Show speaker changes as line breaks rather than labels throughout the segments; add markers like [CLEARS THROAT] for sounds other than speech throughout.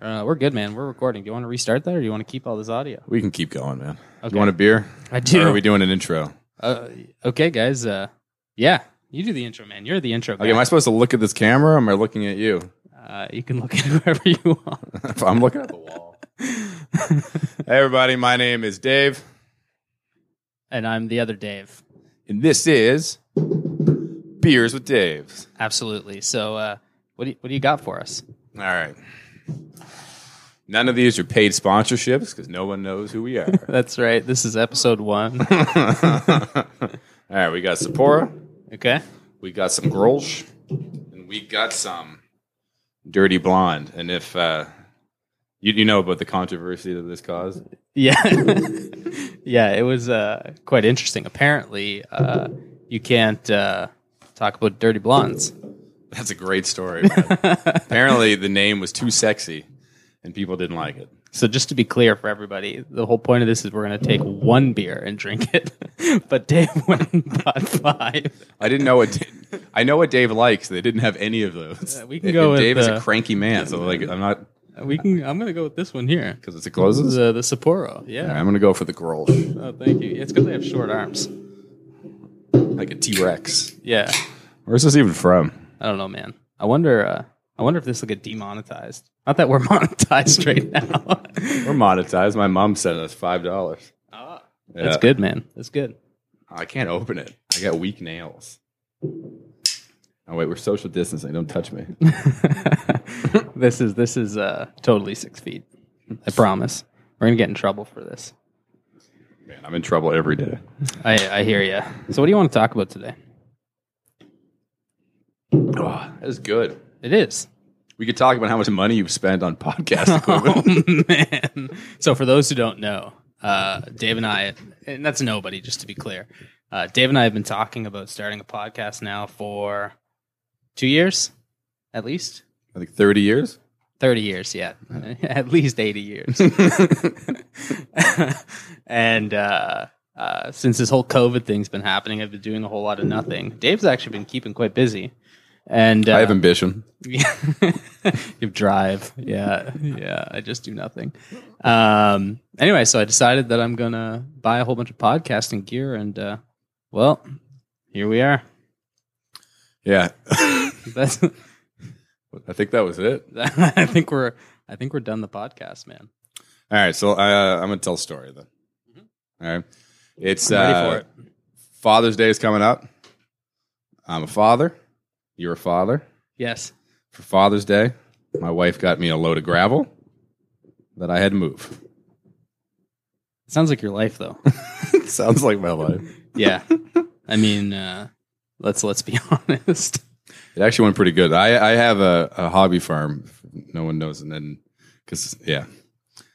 Uh, we're good, man. We're recording. Do you want to restart that, or do you want to keep all this audio?
We can keep going, man.
Okay.
You want a beer?
I do.
Or are we doing an intro?
Uh, okay, guys. Uh, yeah, you do the intro, man. You're the intro guy.
Okay, am I supposed to look at this camera? Or am I looking at you? [LAUGHS]
uh, you can look [LAUGHS] at whoever you want.
If I'm looking at the wall. [LAUGHS] hey, everybody. My name is Dave,
And I'm the other Dave.
and this is Beers with Dave.
Absolutely. So, uh, what do you, what do you got for us?
All right. None of these are paid sponsorships because no one knows who we are.
That's right. This is episode one. [LAUGHS]
All right, we got Sapporo,
okay.
we got some Grolsch, and we got some Dirty Blonde. And if uh, you, you know about the controversy that this caused,
Yeah. [LAUGHS] yeah, it was uh, quite interesting. Apparently, uh, you can't uh, talk about dirty blondes. [LAUGHS]
That's a great story. man. [LAUGHS] Apparently, the name was too sexy, and people didn't like it.
So just to be clear for everybody, the whole point of this is we're going to take one beer and drink it. [LAUGHS] but Dave went and bought five.
I didn't know what [LAUGHS] I know what Dave likes. They didn't have any of those.
Yeah, we can go with,
Dave is
uh,
a cranky man, so like I'm not
We can. I'm going to go with this one here.
because it's a closes.
The the Sapporo.
All right,
Yeah.
I'm gonna go for the Grolsch,
Oh, thank you. It's because they have short arms.
like a T Rex.
Yeah.
Where's this even from?
I don't know, man. I wonder. Uh, I wonder if this will get demonetized. Not that we're [LAUGHS] monetized right now. [LAUGHS]
We're monetized. My mom sent us five dollars.
Ah,
Yeah.
That's good, man. That's good.
I can't open it. I got weak nails. Oh wait, we're social distancing. Don't touch
[LAUGHS]
me.
[LAUGHS] this is this is uh, totally six feet. I promise. We're gonna get in trouble for this.
Man, I'm in trouble every day.
I, I hear you. So, what do you want to talk about today?
Oh, that is good.
It is. [LAUGHS]
We could talk about how much money you've spent on podcast equipment.
Oh, man. So, for those who don't know, uh, Dave and I, and that's nobody, just to be clear, uh, Dave and I have been talking about starting a podcast now for two years, at least.
I think 30 years.
30 years yeah [LAUGHS] at least 80 years and uh, uh, since this whole covid thing's been happening i've been doing a whole lot of nothing dave's actually been keeping quite busy and uh,
I have ambition.
[LAUGHS] you have drive yeah yeah i just do nothing um, anyway so i decided that i'm gonna buy a whole bunch of podcasting gear and uh, well here we are [LAUGHS]
Yeah.
that's
I think that was it.
i think we're i think we're done the podcast man
All right. So uh, I'm going to tell a story then. All right. It's
I'm
uh,
ready for it
Father's Day is coming up. I'm a father. You're a father.
yes
For Father's Day, my wife got me a load of gravel that I had to move.
Sounds like your life, though. [LAUGHS]
Sounds like my life.
yeah, I mean, uh, let's let's be [LAUGHS] honest.
[LAUGHS] It actually went pretty good. I, I have a, a hobby farm. if No one knows. And then, because, yeah.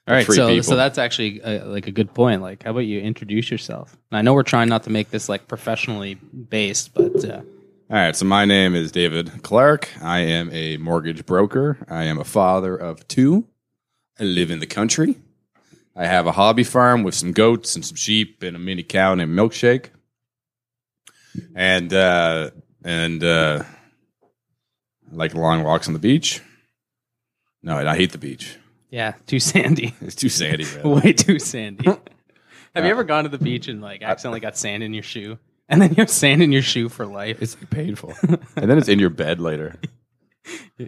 All right,
Free
so
people.
so that's actually uh like a good point. Like, how about you introduce yourself? And I know we're trying not to make this like professionally based, but uh,
All right, so my name is David Clark. I am a mortgage broker. I am a father of two. I live in the country. I have a hobby farm with some goats and some sheep and a mini cow named Milkshake. And uh and uh I like long walks on the beach. No, and I hate the beach.
yeah, too sandy, [LAUGHS]
It's too sandy, man.
way too sandy.
Uh,
Have you ever gone to the beach and like accidentally got sand in your shoe, and then you have sand in your shoe for life?
It's like painful. and then it's in your bed later.
[LAUGHS]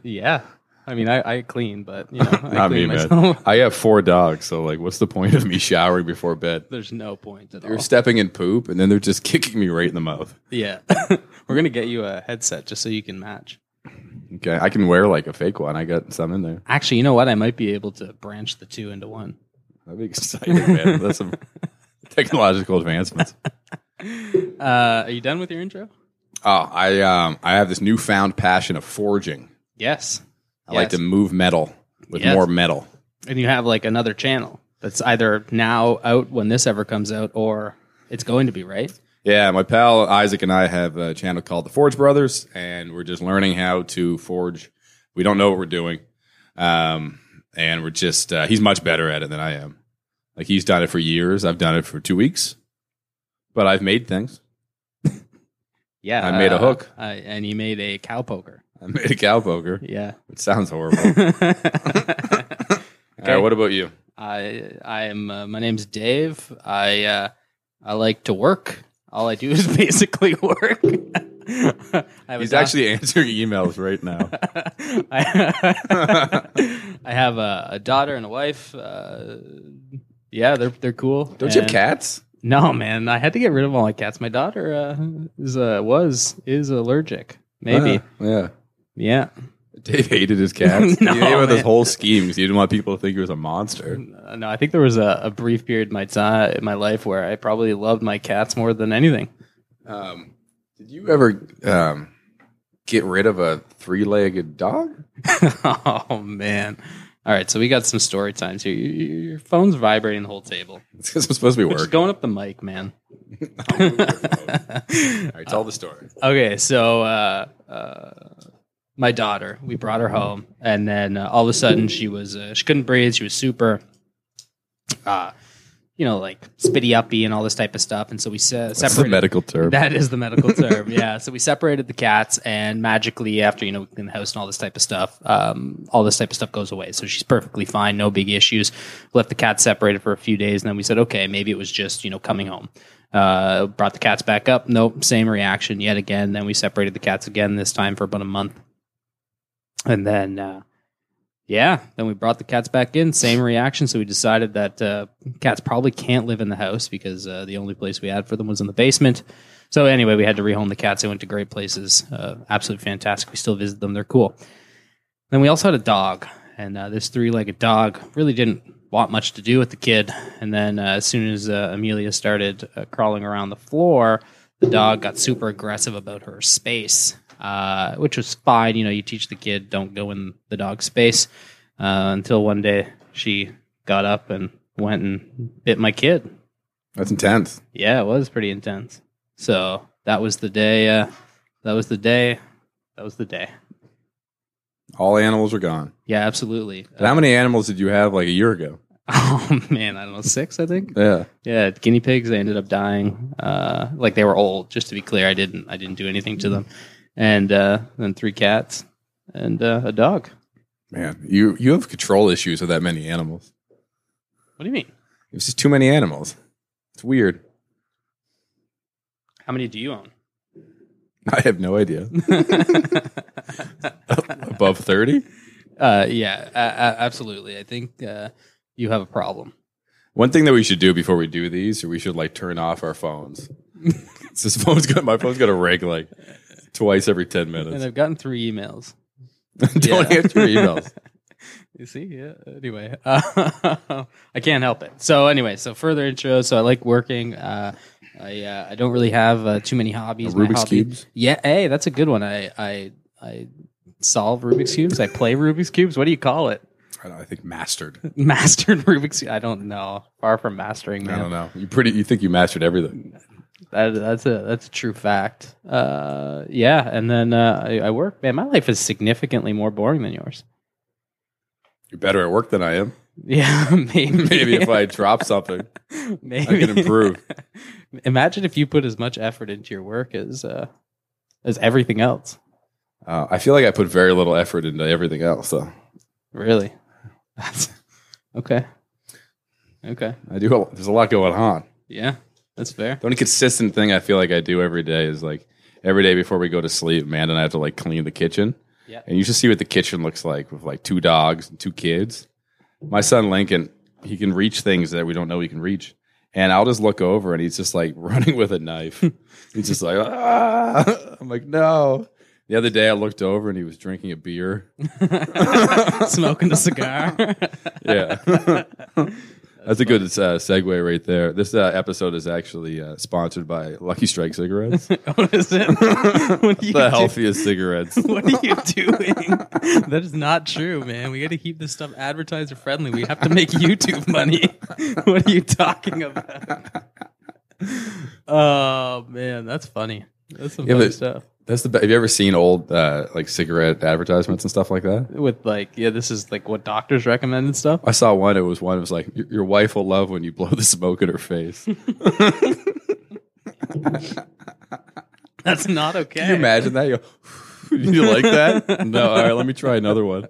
Yeah, I mean, I, I clean, but
[LAUGHS]
you know, I
Not me,
clean
man.
myself. [LAUGHS]
I have four dogs, so like what's the point of me showering before bed?
There's no point at all.
They're stepping in poop, and then they're just [LAUGHS] kicking me right in the mouth.
[LAUGHS] Yeah. [LAUGHS] We're going to get you a headset just so you can match.
Okay, I can wear like a fake one. I got some in there.
Actually, you know what? I might be able to branch the two into one.
That'd be
[LAUGHS]
exciting, man. That's some technological advancements.
Uh, are you done with your intro?
Oh, I um, I have this newfound passion of forging.
Yes.
I like to move metal with
Yes.
more metal.
And you have like another channel that's either now out when this ever comes out or it's going to be, right?
Yeah, my pal Isaac and I have a channel called the Forge Brothers, and we're just learning how to forge. We don't know what we're doing, um, and we're just uh, he's much better at it than I am. Like he's done it for years. I've done it for two weeks, but I've made things. [LAUGHS]
Yeah.
I made a hook.
Uh, and you made a cow poker.
I made a cow poker.
Yeah.
It sounds horrible. All right, what about you?
[LAUGHS] I I'm uh, my name's Dave. I uh, I like to work. All I do is [LAUGHS] basically work. [LAUGHS] I have a
He's
doc-
actually [LAUGHS] answering emails
[LAUGHS]
right now.
I, [LAUGHS] I have a, a daughter and a wife. Uh, yeah, they're they're cool.
Don't you have
And-
cats?
No, man. I had to get rid of all my cats. My daughter uh, is uh, was is allergic. Maybe.
Uh, yeah.
Yeah.
Dave hated his
[LAUGHS]
cats.
No,
he came up with this
man.
whole scheme because he didn't want people to think he was a monster.
Uh, No, I think there was a, a brief period in my time in my life where I probably loved my cats more than anything. [LAUGHS]
Um, did you ever um, get rid of a three-legged dog? [LAUGHS]
oh man. All right, so we got some story times here. Your, your- your phone's vibrating the whole table.
It's 'cause I'm supposed to be
It's
working.
going up the mic, man. [LAUGHS]
All right, tell the story.
okay, so uh, uh, my daughter, we brought her home, and then uh, all of a sudden she was uh, she couldn't breathe. She was super, uh, you know, like spitty uppy and all this type of stuff. And so we se-
That's the
separated.
medical term.
That is the medical term. Yeah. So we separated the cats, and magically, after you know, in the house and all this type of stuff, um, all this type of stuff goes away. So she's perfectly fine, no big issues. Left the cats separated for a few days, and then we said, okay, maybe it was just you know coming home. Uh, brought the cats back up. Nope, same reaction yet again. Then we separated the cats again. This time for about a month, and then. Uh, yeah, then we brought the cats back in. Same reaction. So we decided that uh, cats probably can't live in the house because uh, the only place we had for them was in the basement. So anyway, we had to rehome the cats. They went to great places. Uh, absolutely fantastic. We still visit them. They're cool. Then we also had a dog, and uh, this three-legged dog really didn't want much to do with the kid. And then uh, as soon as uh, Amelia started uh, crawling around the floor, the dog got super aggressive about her space, uh, which was fine. You know, you teach the kid don't go in the dog's space uh, until one day she got up and went and bit my kid.
That's intense.
Yeah, it was pretty intense. So that was the day. Uh, that was the day. That was the day.
All animals are gone.
Yeah, absolutely.
And how many animals did you have like a year ago?
[LAUGHS] Oh man, I don't know, six, I think.
Yeah.
Yeah, guinea pigs. They ended up dying. Uh, like they were old. Just to be clear, I didn't. I didn't do anything to them. And uh, then three cats and uh, a dog.
Man, you you have control issues with that many animals.
What do you mean?
It's just too many animals. It's weird. [LAUGHS]
How many do you own?
I have no idea. Above 30?
[LAUGHS] Uh, yeah, a- a- absolutely. I think uh, you have a problem.
One thing that we should do before we do these, or we should like turn off
[LAUGHS]
our phones. so this phone's got my phone's got a ring like twice every ten
And
minutes.
I've gotten three emails.
[LAUGHS] Don't
yeah.
answer emails.
You see, yeah. Anyway, uh, [LAUGHS] I can't help it. So anyway, so further intro. So I like working. Uh, I uh, I don't really have uh, too many hobbies. My
Rubik's
hobby-
cubes.
Yeah, hey, that's a good one. I I I solve Rubik's cubes. I play Rubik's cubes. What do you call it? [LAUGHS]
I, don't, know, I think mastered.
Mastered Rubik's. I don't know. Far from mastering,
I
man.
don't know. You pretty. You think you mastered everything?
That, that's a that's a true fact. Uh, yeah, and then uh, I, I work. Man, my life is significantly more boring than yours. [LAUGHS]
You're better at work than I am.
Yeah, maybe
Maybe if I drop something, I
Maybe.
can improve.
[LAUGHS] Imagine if you put as much effort into your work as uh, as everything else.
Uh, I feel like I put very little effort into everything else. So
Really? That's okay. Okay.
I do. A, there's a lot going on.
Yeah, that's
[LAUGHS]
fair.
The only consistent thing I feel like I do every day is like every day before we go to sleep, Amanda and I have to like clean the kitchen.
Yeah.
And you should see what the kitchen looks like with like two dogs and two kids. My son Lincoln, he can reach things that we don't know he can reach. And I'll just look over and he's just like [LAUGHS] running with a knife. he's just like, ah. I'm like, no. The other day I looked over and he was drinking a beer.
Smoking the
[LAUGHS]
cigar.
Yeah. [LAUGHS] That's a good uh, segue right there. This uh, episode is actually uh, sponsored by Lucky Strike Cigarettes.
what is it? What [LAUGHS] are you
the
do-
healthiest cigarettes.
What are you doing? that is not true, man. We got to keep this stuff advertiser friendly. We have to make YouTube money. [LAUGHS] what are you talking about?
[LAUGHS]
Oh man, that's funny. That's some
Yeah,
funny
but-
stuff.
That's the. Be- have you ever seen old uh, like cigarette advertisements and stuff like that?
with like yeah this is like what doctors recommend and stuff [LAUGHS]
I saw one. It was one. It was like your, your wife will love when you blow the smoke in her face. Can
that's not okay
you imagine that? You go, [LAUGHS] "Did you like that? No. All right. Let me try another one.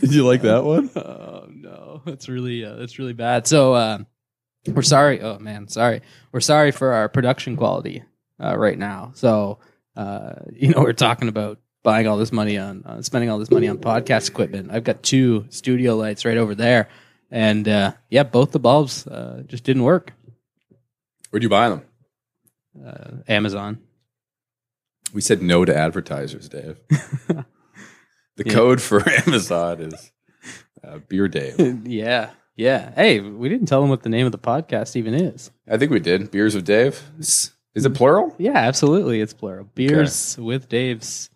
Did you like that one?
[LAUGHS] oh no no, that's really uh, that's really bad. So uh, we're sorry. Oh man, sorry. We're sorry for our production quality uh, right now. So uh, [LAUGHS] you know we're talking about buying all this money on uh, spending all this money on podcast equipment. I've got two studio lights right over there, and uh, yeah, both the bulbs uh, just didn't work.
Where'd you buy them?
Uh, Amazon. [LAUGHS]
We said no to advertisers, [LAUGHS] Dave. the
Yeah.
code for [LAUGHS] Amazon is uh, Beer Dave.
yeah, yeah. Hey, we didn't tell them what the name of the podcast even is.
I think we did. Beers of Dave. Is it plural?
Yeah, absolutely. It's plural. Beers with Dave's.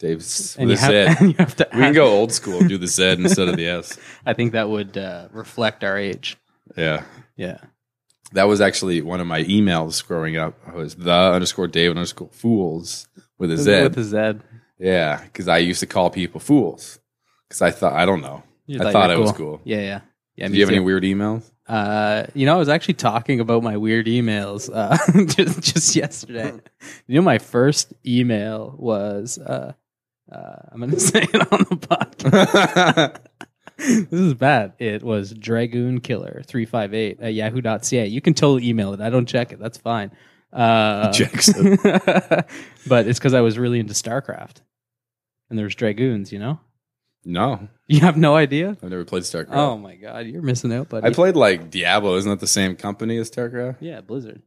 Dave's
And
with
you,
a
have,
Z.
[LAUGHS] and you have to
We can
add-
go old school and do the Z instead of the S.
I think that would uh, reflect our age.
Yeah.
Yeah.
That was actually one of my emails growing up. It was the underscore Dave underscore fools with a Z.
With a Z.
yeah. Because I used to call people fools. Because I thought, I don't know.
You
I
you
thought
were
it was cool.
Yeah, yeah. Yeah,
do
me
you have
too.
any weird emails? [LAUGHS]
Uh, you know, I was actually talking about my weird emails uh, [LAUGHS] just, just
[LAUGHS]
yesterday. You know, my first email was uh, uh, I'm going to [LAUGHS] say it on the podcast.
[LAUGHS]
Uh, this is bad. It was Dragoon Killer 358 at yahoo.ca. You can totally email it. I don't check it. That's fine. Uh, [LAUGHS]
Jackson.
but it's because I was really into StarCraft. And there's Dragoons, you know? [LAUGHS]
no.
You have no idea?
I've never played StarCraft.
Oh my God, you're missing out, buddy.
I played like Diablo. Isn't that the same company as StarCraft?
yeah, Blizzard.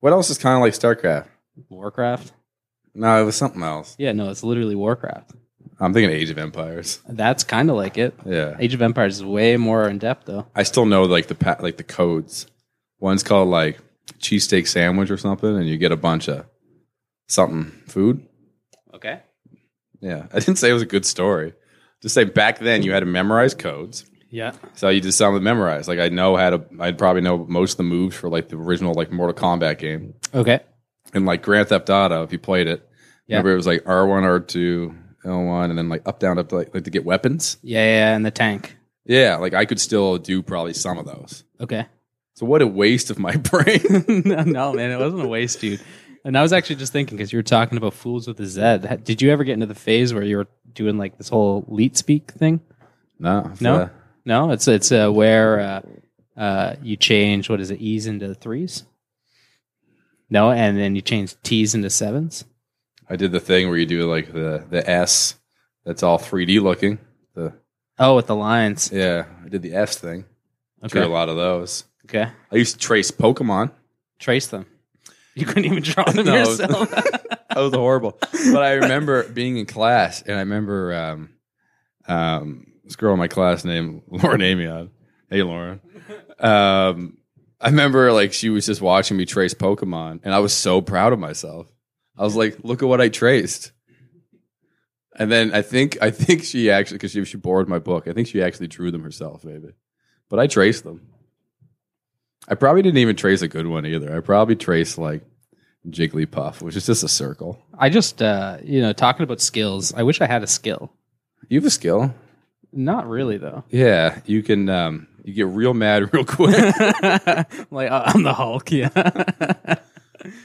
What else is kind of like StarCraft?
Warcraft.
No, it was something else.
Yeah, no, it's literally Warcraft.
I'm thinking Age of Empires.
That's kind of like it.
Yeah.
Age of Empires is way more in depth, though.
I still know like the pa- like the codes. One's called like cheesesteak sandwich or something, and you get a bunch of something food.
Okay.
Yeah, I didn't say it was a good story. Just say back then you had to memorize codes,
Yeah.
so you did something memorized. Like I know how to, I'd probably know most of the moves for like the original like Mortal Kombat game,
Okay.
and like Grand Theft Auto if you played it.
Yeah.
Remember it was like R one, R two, L one, and then like up down up like, like to get weapons.
Yeah, yeah, and the tank.
Yeah, like I could still do probably some of those.
Okay. [LAUGHS]
So what a waste of my [LAUGHS] brain.
no, no, man, it wasn't a waste, dude. And I was actually just thinking because you were talking about fools with a Z. Ha- Did you ever get into the phase where you were doing like this whole leet speak thing?
no,
No? No, it's it's uh, where uh, uh, you change what is it E's into threes. No, and then you change T's into sevens.
I did the thing where you do like the the S that's all 3D looking. The
Oh, with the lines.
yeah, I did the S thing. Drew a
Okay.
lot of those.
Okay.
I used to trace Pokemon.
Trace them. You couldn't even draw them
No.
yourself.
[LAUGHS] That was horrible. but I remember being in class, and I remember um, um, this girl in my class named [LAUGHS] Lauren Amion. Hey, Lauren. Um, I remember like she was just watching me trace Pokemon, and I was so proud of myself. I was like, "Look at what I traced." And then I think I think she actually because she she borrowed my book. I think she actually drew them herself, maybe. But I traced them. I probably didn't even trace a good one either. I probably traced like Jigglypuff, which is just a circle.
I just, uh, you know, talking about skills. I wish I had a skill.
You have a skill.
Not really, though. [LAUGHS]
Yeah, you can. Um, you get real mad [LAUGHS] real quick.
like uh, I'm the Hulk. Yeah.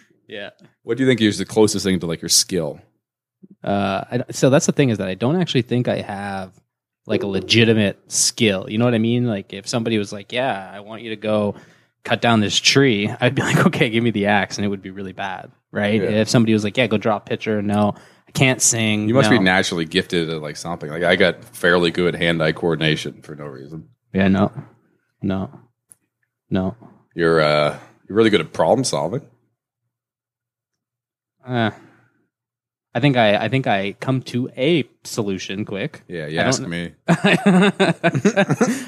[LAUGHS] yeah.
what do you think is the closest thing to like your skill?
Uh, I, so that's the thing is that I don't actually think I have like a legitimate skill. You know what I mean? Like if somebody was like, "Yeah, I want you to go cut down this tree," [LAUGHS] I'd be like, "Okay, give me the axe," and it would be really bad, right?
Yeah.
If somebody was like, "Yeah, go draw a picture," no, I can't sing.
You must
no.
be naturally gifted at like something. Like I got fairly good hand-eye coordination for no reason.
Yeah, no, no, no.
You're uh, you're really good at problem solving.
Uh, I think I, I think I come to a solution quick. [LAUGHS]
Yeah, you
I don't
asked
kn-
me.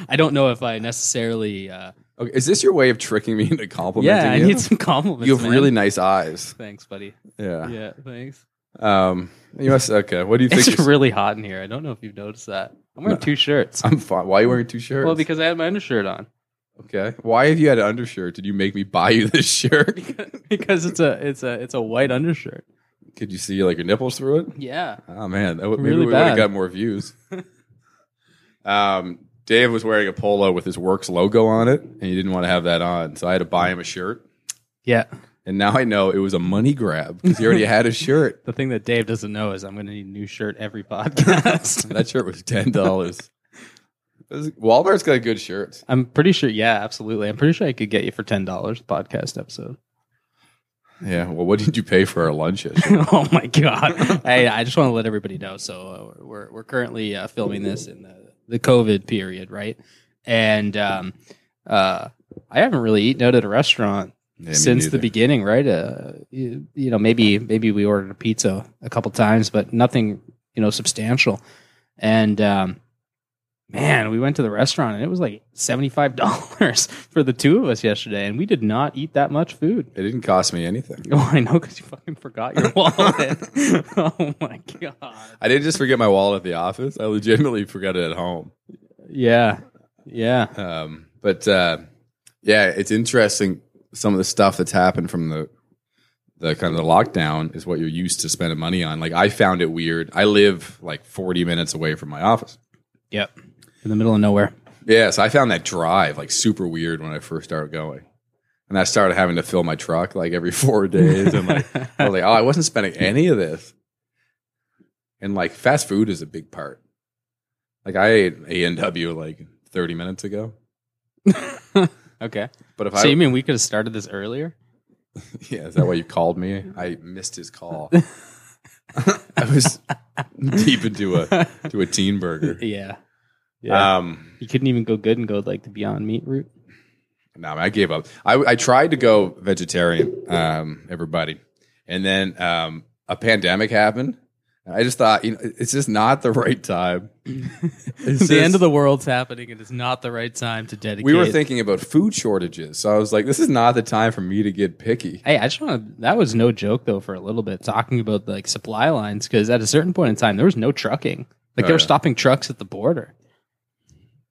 I don't know if I necessarily. Uh,
Okay, is this your way of tricking me [LAUGHS] into complimenting
yeah, I
you?
need some [LAUGHS] compliments.
you have
man.
really nice eyes.
Thanks, buddy.
Yeah.
Yeah, thanks.
Um. You must. Okay. What do Ah. you
[LAUGHS]
think?
It's
your-
really hot in here. I don't know if you've noticed that. I'm wearing
No.
two shirts.
I'm fine. Why are you wearing two shirts?
Well, because I had my undershirt
[LAUGHS]
on.
okay. Why have you had an undershirt? Did you make me buy you this [LAUGHS] shirt?
because it's a it's a it's a white undershirt.
Could you see like your nipples through it?
Yeah.
Oh man, that would, maybe
Really
we would have
bad.
got more views. [LAUGHS] um, Dave was wearing a polo with his works logo on it, and he didn't want to have that on, so I had to buy him a shirt.
Yeah.
And now I know it was a money grab because he already
[LAUGHS]
had a shirt.
The thing that Dave
[LAUGHS]
doesn't know is I'm going to need a new shirt every [LAUGHS] podcast.
That shirt was ten dollars. Walmart's got good shirts.
I'm pretty sure. Yeah, absolutely. I'm pretty sure I could get you for ten dollars podcast episode. [LAUGHS]
Yeah. Well, what did you pay for our lunches?
oh my
[LAUGHS]
god! hey, I just want to let everybody know. So uh, we're we're currently uh, filming this in the the COVID period, right? And um, uh, I haven't really eaten out at a restaurant
Yeah, me
since the
neither.
beginning, right? Uh, you, you know, maybe maybe we ordered a pizza a couple times, but nothing you know substantial. And um, man, we went to the restaurant and it was like seventy five [LAUGHS] dollars for the two of us yesterday, and we did not eat that much food. [LAUGHS]
It didn't cost me anything.
Oh, I know because you fucking forgot
[LAUGHS]
your wallet. [LAUGHS] oh my god!
I didn't just forget my wallet at the office. I legitimately forgot it at home.
Yeah, yeah.
Um, but uh, yeah, it's interesting. Some of the stuff that's happened from the the kind of the lockdown is what you're used to spending money on. Like I found it weird. I live like 40 minutes away from my office.
Yep. In the middle of nowhere.
Yeah, so I found that drive like super weird when I first started going. And I started having to fill my truck like every [LAUGHS] four days.
[LAUGHS]
And like, I was like, oh, I wasn't spending any of this. And like, fast food is a big part. Like, I ate A and W like 30 minutes ago.
okay.
But if I,
So you mean we could have started this earlier?
[LAUGHS] yeah, is that why you called me? I missed
[LAUGHS]
his call. I was deep into a to a teen burger.
Yeah.
Um,
You couldn't even go good and go like the Beyond Meat route.
No, I gave up. I, I tried to go vegetarian, um, everybody, and then um, a pandemic happened. And I just thought, you know, it's just not the right time. It's
[LAUGHS] the
just-
end of the world's happening. It is not the right time to dedicate.
We were thinking about food shortages, so I was like, this is not the time for me to get picky.
Hey, I just want to. That was no joke though. For a little bit, talking about like supply lines, because at a certain point in time, there was no trucking. Like
Oh,
they were
yeah.
stopping trucks at the border.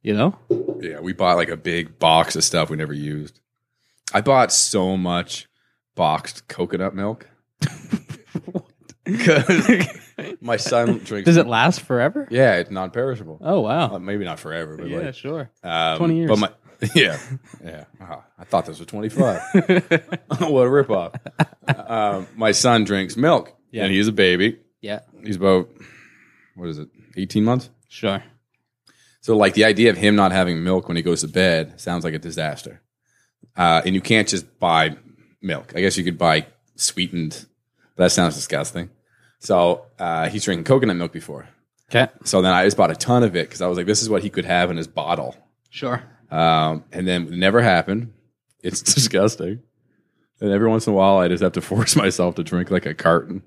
You
[LAUGHS]
know?
Yeah, we bought like a big box of stuff we never used. I bought so much boxed coconut
[LAUGHS]
milk because
[LAUGHS]
my son drinks.
Does it last forever?
Yeah, it's non-perishable.
Oh wow.
Uh, maybe not forever, but
yeah,
like
sure.
Um,
20 years.
But my, [LAUGHS] yeah, yeah. Wow, I thought this was
[LAUGHS]
25. [LAUGHS] what a ripoff. Um, my son drinks milk,
Yeah.
and he's a baby.
[LAUGHS] yeah,
He's about, what is it, 18 months?
sure.
So, like, the idea of him not having milk when he goes to bed sounds like a disaster. Uh, and you can't just buy milk. I guess you could buy sweetened, but that sounds disgusting. So, uh, he's drinking coconut milk before.
Okay,
So then I just bought a ton of it because I was like, this is what he could have in his bottle.
sure.
Um, and then it never happened. [LAUGHS] It's disgusting. And every once in a while, I just have to [LAUGHS] force myself to drink like a carton.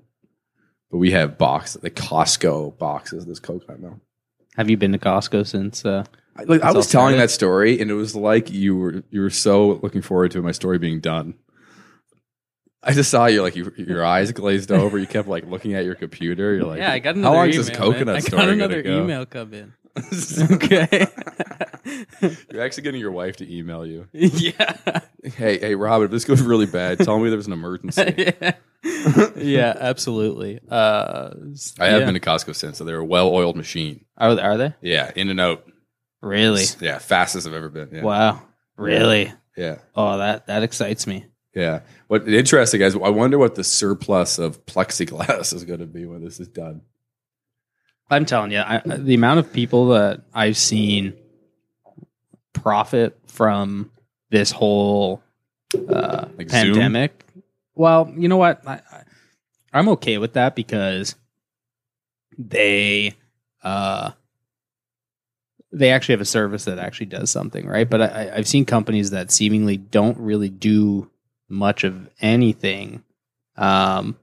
But we have boxes, the Costco boxes, this coconut milk.
Have you been to Costco since? Uh,
I, like, I
That's
was
all
telling
started.
that story, and it was like you were you were so looking forward to my story being done. I just saw you like you, your eyes glazed over. You kept like looking at your computer. You're like, How long is this coconut story gonna go?
come
[LAUGHS]
in. [LAUGHS] okay. [LAUGHS]
You're actually getting your wife to email you.
yeah.
Hey, hey, Robert, if this goes really bad, tell me there's
[LAUGHS]
an emergency.
yeah. absolutely. Uh, s-
I have
yeah.
been to Costco since, so they're a well-oiled machine.
Are, are they
Yeah, in and out.
really?
Yeah, fastest I've ever been. Yeah,
Wow, really?
yeah,
Oh, that that excites me.
yeah. What interesting guys? I wonder what the surplus of plexiglass [LAUGHS] is going to be when this is done.
I'm telling you, I, uh, the amount of people that I've seen profit from this whole uh,
Like Zoom?
pandemic. Well, you know what? I, I, I'm okay with that because they uh, they actually have a service that actually does something, right? But I, I- I've seen companies that seemingly don't really do much of anything. Um,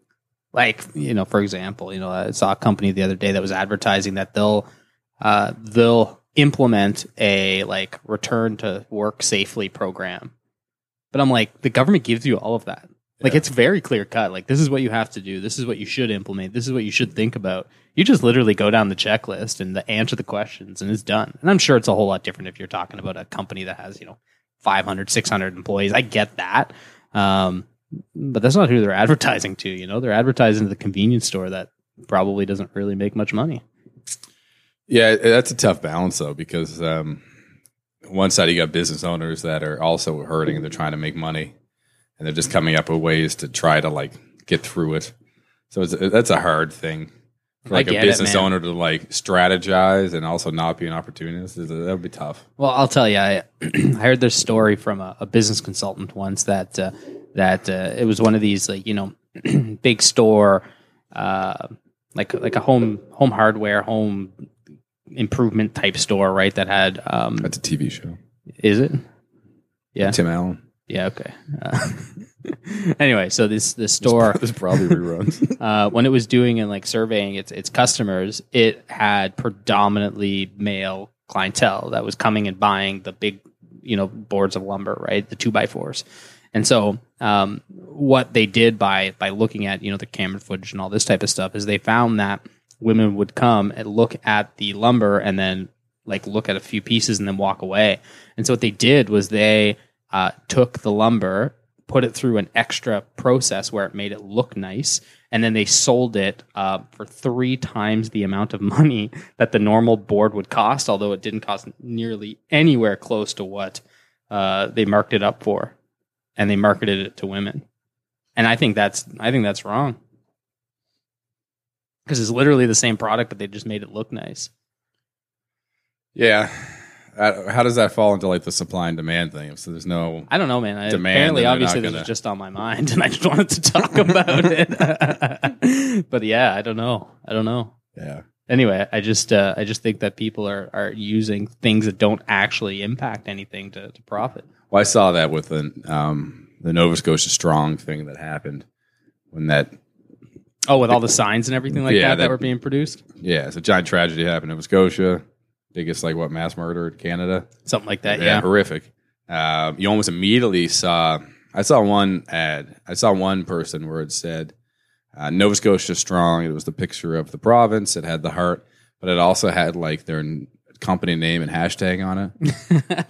like you know, for example, you know, I saw a company the other day that was advertising that they'll uh, they'll implement a like return to work safely program. But I'm like, the government gives you all of that. Like
Yeah.
it's very clear cut. Like this is what you have to do. This is what you should implement. This is what you should think about. You just literally go down the checklist and the answer the questions and it's done. And I'm sure it's a whole lot different if you're talking about a company that has, you know, 500, 600 employees. I get that. Um, but that's not who they're [LAUGHS] advertising to, you know? They're advertising to the convenience store that probably doesn't really make much money.
Yeah, that's a tough balance though, because um, one side you got business owners that are also hurting. They're trying to make money, and they're just coming up with ways to try to like get through it. So it's, that's a hard thing For like
I
a
get it,
business
man.
owner to like strategize and also not be an opportunist, is- uh, that would be tough.
Well, I'll tell you, I, [CLEARS THROAT] I heard this story from a, a business consultant once that uh, that uh, it was one of these like you know [CLEARS THROAT] big store uh, like like a home home hardware home improvement type store right that had um
That's a TV show.
is it Yeah.
Tim Allen.
yeah okay uh, [LAUGHS] anyway so this this store
There's probably reruns.
uh, when it was doing and like surveying its its customers, it had predominantly male clientele that was coming and buying the big, you know, boards of lumber, right, the two by fours, and so um, what they did by by looking at you know the camera footage and all this type of stuff is they found that women would come and look at the lumber and then like look at a few pieces and then walk away. And so what they did was they uh, took the lumber, put it through an extra process where it made it look nice, and then they sold it uh, for three times the amount of [LAUGHS] money that the normal board would cost. Although it didn't cost nearly anywhere close to what uh, they marked it up for, and they marketed it to women. And I think that's I think that's wrong because it's literally the same product, but they just made it look nice.
[LAUGHS] yeah. Uh, How does that fall into like the supply and demand thing? So there's no.
I don't know, man. I,
demand,
apparently,
then they're
obviously,
not
this
gonna-
was just on my mind, [LAUGHS] and I just wanted to
[LAUGHS]
talk about it. [LAUGHS] but yeah, I don't know. I don't know.
Yeah.
Anyway, I just uh, I just think that people are are using things that don't actually impact anything to, to profit.
Well, I saw that with an, um, the Nova Scotia Strong thing that happened when that
Oh, with all the signs and everything like
Yeah,
that, that
that-
were being produced,
Yeah, it's a giant tragedy happened in Nova Scotia. Biggest like what mass murder in Canada.
something like that. Yeah,
horrific. Um, you almost immediately saw. I saw one ad. I saw one person where it said uh, Nova Scotia strong. It was the picture of the province. It had the heart, but it also had like their n- company name and hashtag on it.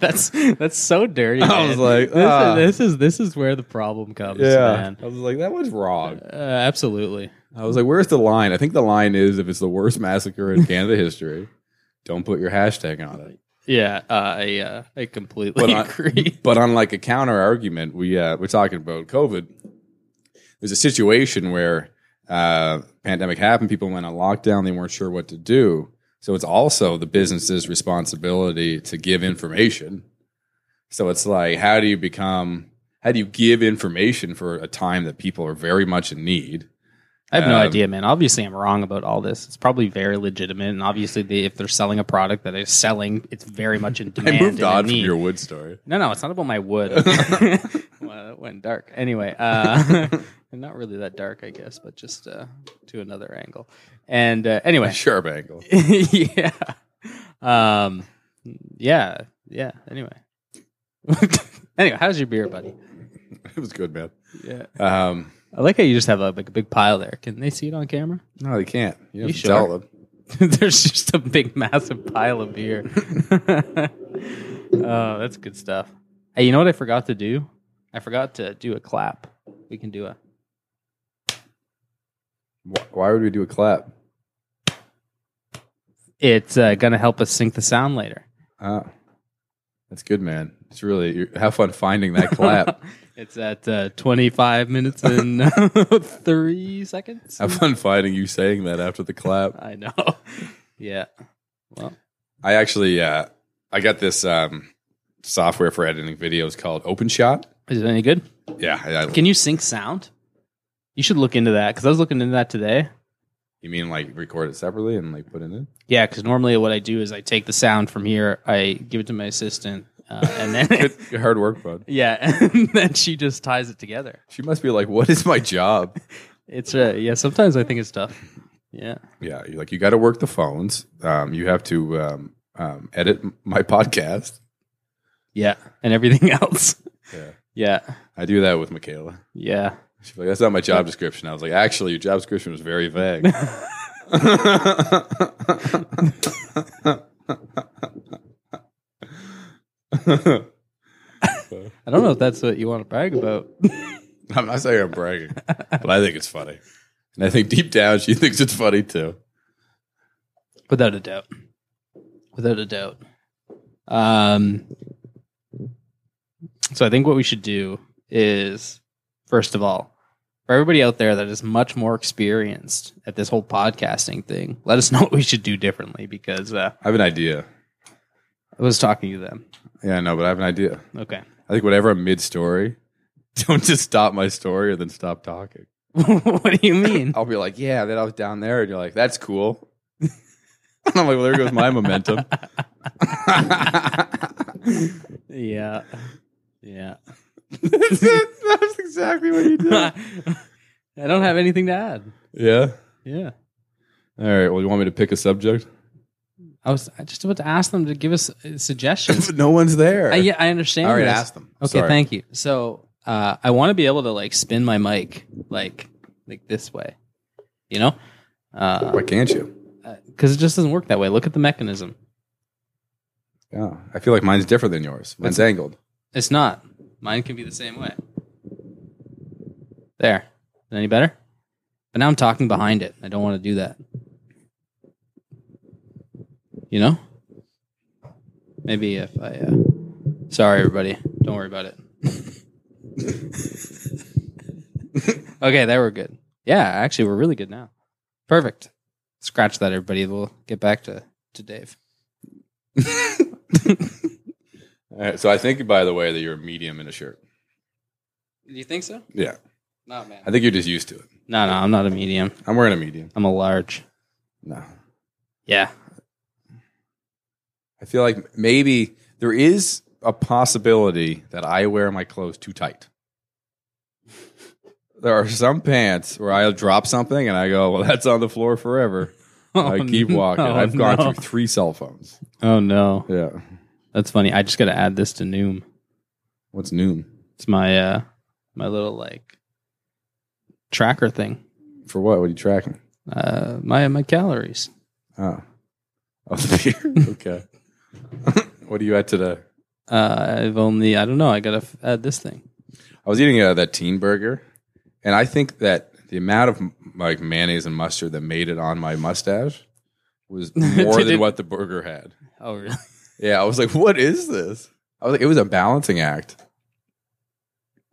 [LAUGHS] that's that's so dirty.
I
man.
was like,
this, is,
ah.
this is this is where the problem comes, man.
I was like, that was wrong.
Uh, absolutely.
I was like, where's the line? I think the line is if it's the worst massacre in Canada history, don't put your hashtag on it.
Yeah, uh, I uh, I completely
But I-
[LAUGHS] agree.
But on like a counter argument, we uh, we're talking about COVID. There's a situation where uh, pandemic happened, people went on lockdown, they weren't sure what to do. So it's also the business's responsibility to give information. So it's like, how do you become? How do you give information for a time that people are very much in need?
I have no
Um,
idea, man. Obviously, I'm wrong about all this. It's probably very legitimate, and obviously, they, if they're selling a product that is selling, it's very much in demand.
[LAUGHS] I moved
and in
on from
need.
your wood story. [LAUGHS]
No, no, it's not about my wood. [LAUGHS] well, it went dark. Anyway, uh, [LAUGHS] not really that dark, I guess, but just uh, to another angle. And uh, anyway, [LAUGHS]
Sharp angle.
yeah, um, yeah, yeah. Anyway, [LAUGHS] anyway, how's your beer, buddy?
[LAUGHS] It was good, man.
Yeah,
Um,
I like how you just have a, like a big pile there. Can they see it on camera?
no, they can't. You, have
You
to
sure?
tell them.
[LAUGHS] There's just a big, massive pile of beer. [LAUGHS] oh, that's good stuff. Hey, you know what I forgot to do? I forgot to do a clap. We can do a.
Wh- Why would we do a clap?
It's uh, gonna help us sync the sound later.
Ah, that's good, man. It's really you have fun finding
[LAUGHS]
that clap.
It's at uh, 25 minutes and [LAUGHS] three seconds.
have fun finding you saying that after the clap.
I know. [LAUGHS] Yeah. Well,
I actually, uh, I got this um, software for editing videos called OpenShot.
is it any good?
Yeah, I, I-
Can you sync sound? You should look into that because I was looking into that today.
you mean like record it separately and like put it in?
Yeah, because normally what I do is I take the sound from here, I give it to my assistant, uh, and then
Good, good hard work, bud.
[LAUGHS] yeah, [LAUGHS] and then she just ties it together.
She must be like, "What is my job?"
It's uh, yeah. Sometimes I think it's tough. Yeah,
Yeah, you're like you got to work the phones. Um, you have to um, um, edit m- my podcast.
yeah, and everything [LAUGHS] else.
Yeah,
Yeah,
I do that with Michaela.
yeah.
She's like, that's not my job description. I was like, actually, your job description was very vague.
I don't know if that's what you want to brag about. [LAUGHS]
I'm not saying I'm bragging, but I think it's funny. And I think deep down, she thinks it's funny too.
Without a doubt. Without a doubt. Um, so I think what we should do is, first of all, for everybody out there that is much more experienced at this whole podcasting thing, let us [LAUGHS] know what we should do differently because uh,
I have an idea.
I was talking to them.
Yeah, I know, but I have an idea.
Okay. [LAUGHS]
I think whenever I'm mid story, [LAUGHS] don't just stop my story and then stop talking.
what do you mean?
I'll be like, yeah, then I was down there, and you're like, that's cool. [LAUGHS] and I'm like, well, there goes my momentum. [LAUGHS]
yeah. Yeah.
that's it. That's exactly what you
[LAUGHS] I don't have anything to add.
[LAUGHS] Yeah.
Yeah.
All right. Well, you want me to pick a subject?
I was just about to ask them to give us uh,
[LAUGHS]
suggestions.
no one's there.
I, Uh, yeah, I understand.
All right,
this.
ask them.
Okay,
Sorry.
thank you. So uh, I want to be able to like spin my mic like like this way, you know, because
Why can't you?
it just doesn't work that way. Look at the mechanism.
Yeah. I feel like mine's different than yours. Mine's angled.
It's not. Mine can be the same way. There. Any better? But now I'm talking behind it. I don't want to do that. You know? Maybe if I. Uh... Sorry, everybody. Don't worry about it. [LAUGHS] okay, there we're good. Yeah, actually, we're really good now. Perfect. Scratch that, everybody. We'll get back to, to Dave.
All right. So I think, by the way, that you're a medium in a shirt.
Do you think so?
Yeah.
No, man.
I think you're just used to it.
No, no, I'm not a medium.
I'm wearing a medium.
I'm a large.
No.
Yeah.
I feel like maybe there is a possibility that I wear my clothes too tight. There are some pants where I'll drop something and I go, well, that's on the
[LAUGHS]
floor forever. I keep walking.
Oh, no, Oh,
I've gone
no.
through three cell phones.
[LAUGHS] Oh no,
Yeah.
that's funny. I just got to add this to Noom.
What's noon?
It's my uh my little like tracker thing.
For what? What are you tracking?
Uh, my my calories.
Oh. Oh, [LAUGHS] the beer. Okay.
[LAUGHS]
what are you at today?
Uh, I've only I don't know. I got to f- add this thing.
I was eating uh, that teen burger, and I think that the amount of m- like mayonnaise and mustard that made it on my mustache
[LAUGHS]
was more
Did
than
it-
what the burger had.
Oh really? [LAUGHS]
Yeah, I was like, "What is this?" I was like, "It was a balancing act."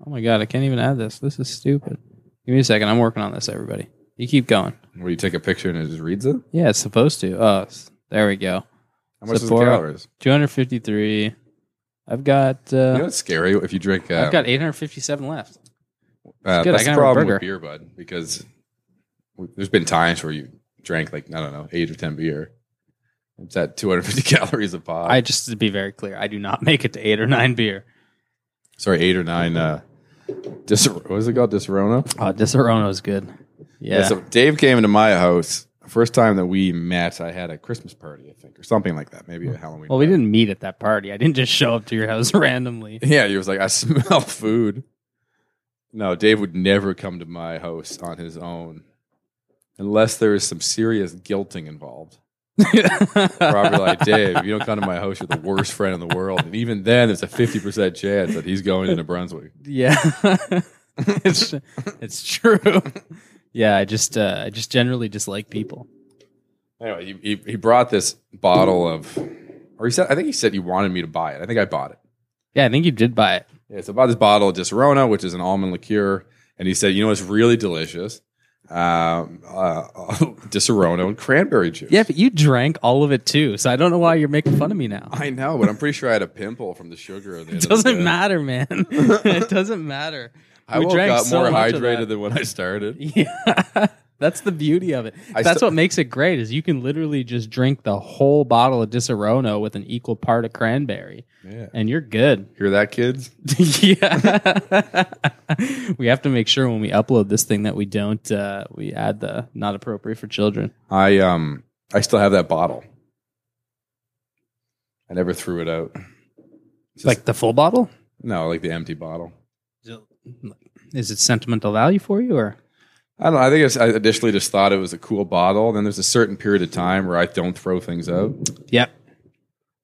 Oh my god, I can't even add this. This is stupid. Give me a second. I'm working on this. Everybody, you keep going.
Where you take a picture and it just reads it.
Yeah, it's supposed to. Oh, s- there we go.
How much is the
Sephora.
calories?
Two hundred fifty three. I've got. Uh,
you know, it's scary if you drink. Uh,
I've got 857 left.
uh,
good, I can
that's the
have a
problem
burger.
with beer, bud, because w- there's been times where you drank like I don't know eight or ten beer. It's at 250 [LAUGHS] calories a pop.
I just to be very clear, I do not [LAUGHS] make it to eight or nine beer.
Sorry, eight or nine. Uh, dis- what is it called? Disrona.
Oh, Disaronno is good. Yeah.
Yeah. So Dave came into my house first time that we met. I had a Christmas party, I think, or something like that. Maybe a Halloween.
well, we
party.
didn't meet at that party. I didn't just show up to your house [LAUGHS] randomly.
Yeah, he was like, I [LAUGHS] smell food. No, Dave would never come to my house on his own unless there is some serious guilting involved. Probably like, Dave, if you don't come to my house, you're the worst friend in the world. And even then, there's a 50% chance that he's going to New Brunswick.
[LAUGHS] yeah. [LAUGHS] it's it's true. Yeah, I just uh, I just generally dislike people.
Anyway, he, he, he brought this bottle of, or he said, I think he said he wanted me to buy it. I think I bought it.
Yeah, I think you did buy it.
Yeah, so I bought this bottle of Disaronno, which is an almond liqueur, and he said, "You know, it's really delicious." Um, uh, [LAUGHS] Disaronno and cranberry juice.
Yeah, but you drank all of it too, so I don't know why you're making fun of me now.
[LAUGHS] I know, but I'm pretty sure I had a pimple from the sugar. At the
[LAUGHS]
end
It
of the day.
doesn't matter, man. [LAUGHS] it doesn't matter.
I
We
woke
drank
up
so
more
much of that.
hydrated than when I started.
Yeah. [LAUGHS] That's the beauty of it.
I
That's
still-
what makes it great is you can literally just drink the whole bottle of Disaronno with an equal part of cranberry
Yeah.
and you're good. [LAUGHS]
Hear that, kids?
yeah. [LAUGHS] we have to make sure when we upload this thing that we don't uh, we add the not appropriate for children.
I um, I still have that bottle. I never threw it out. Just-
like the full bottle?
No, like the empty bottle.
Is it sentimental value for you or
I don't. know. I think it's, I initially just thought it was a cool bottle. Then there's a certain period of time where I don't throw things out.
Yep.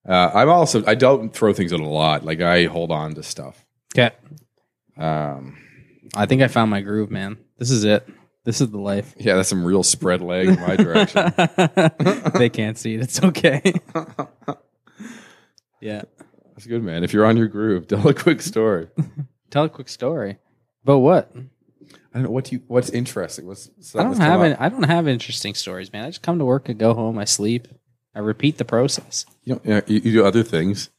Uh, I'm also I don't throw things out a lot. Like I hold on to stuff.
Okay.
Um,
I think I found my groove, man. This is it. This is the [LAUGHS] life.
yeah, that's some real spread leg in my [LAUGHS] direction.
they can't see it. It's okay. [LAUGHS] yeah.
That's good, [LAUGHS] man. If you're on your groove, tell a quick story.
Tell a quick story. But what?
I don't know what do you what's interesting. What's
I don't have an, I don't have interesting stories, man. I just come to work, I go home, I sleep, I repeat the process. [LAUGHS]
you, don't, you, know, you, you do other things.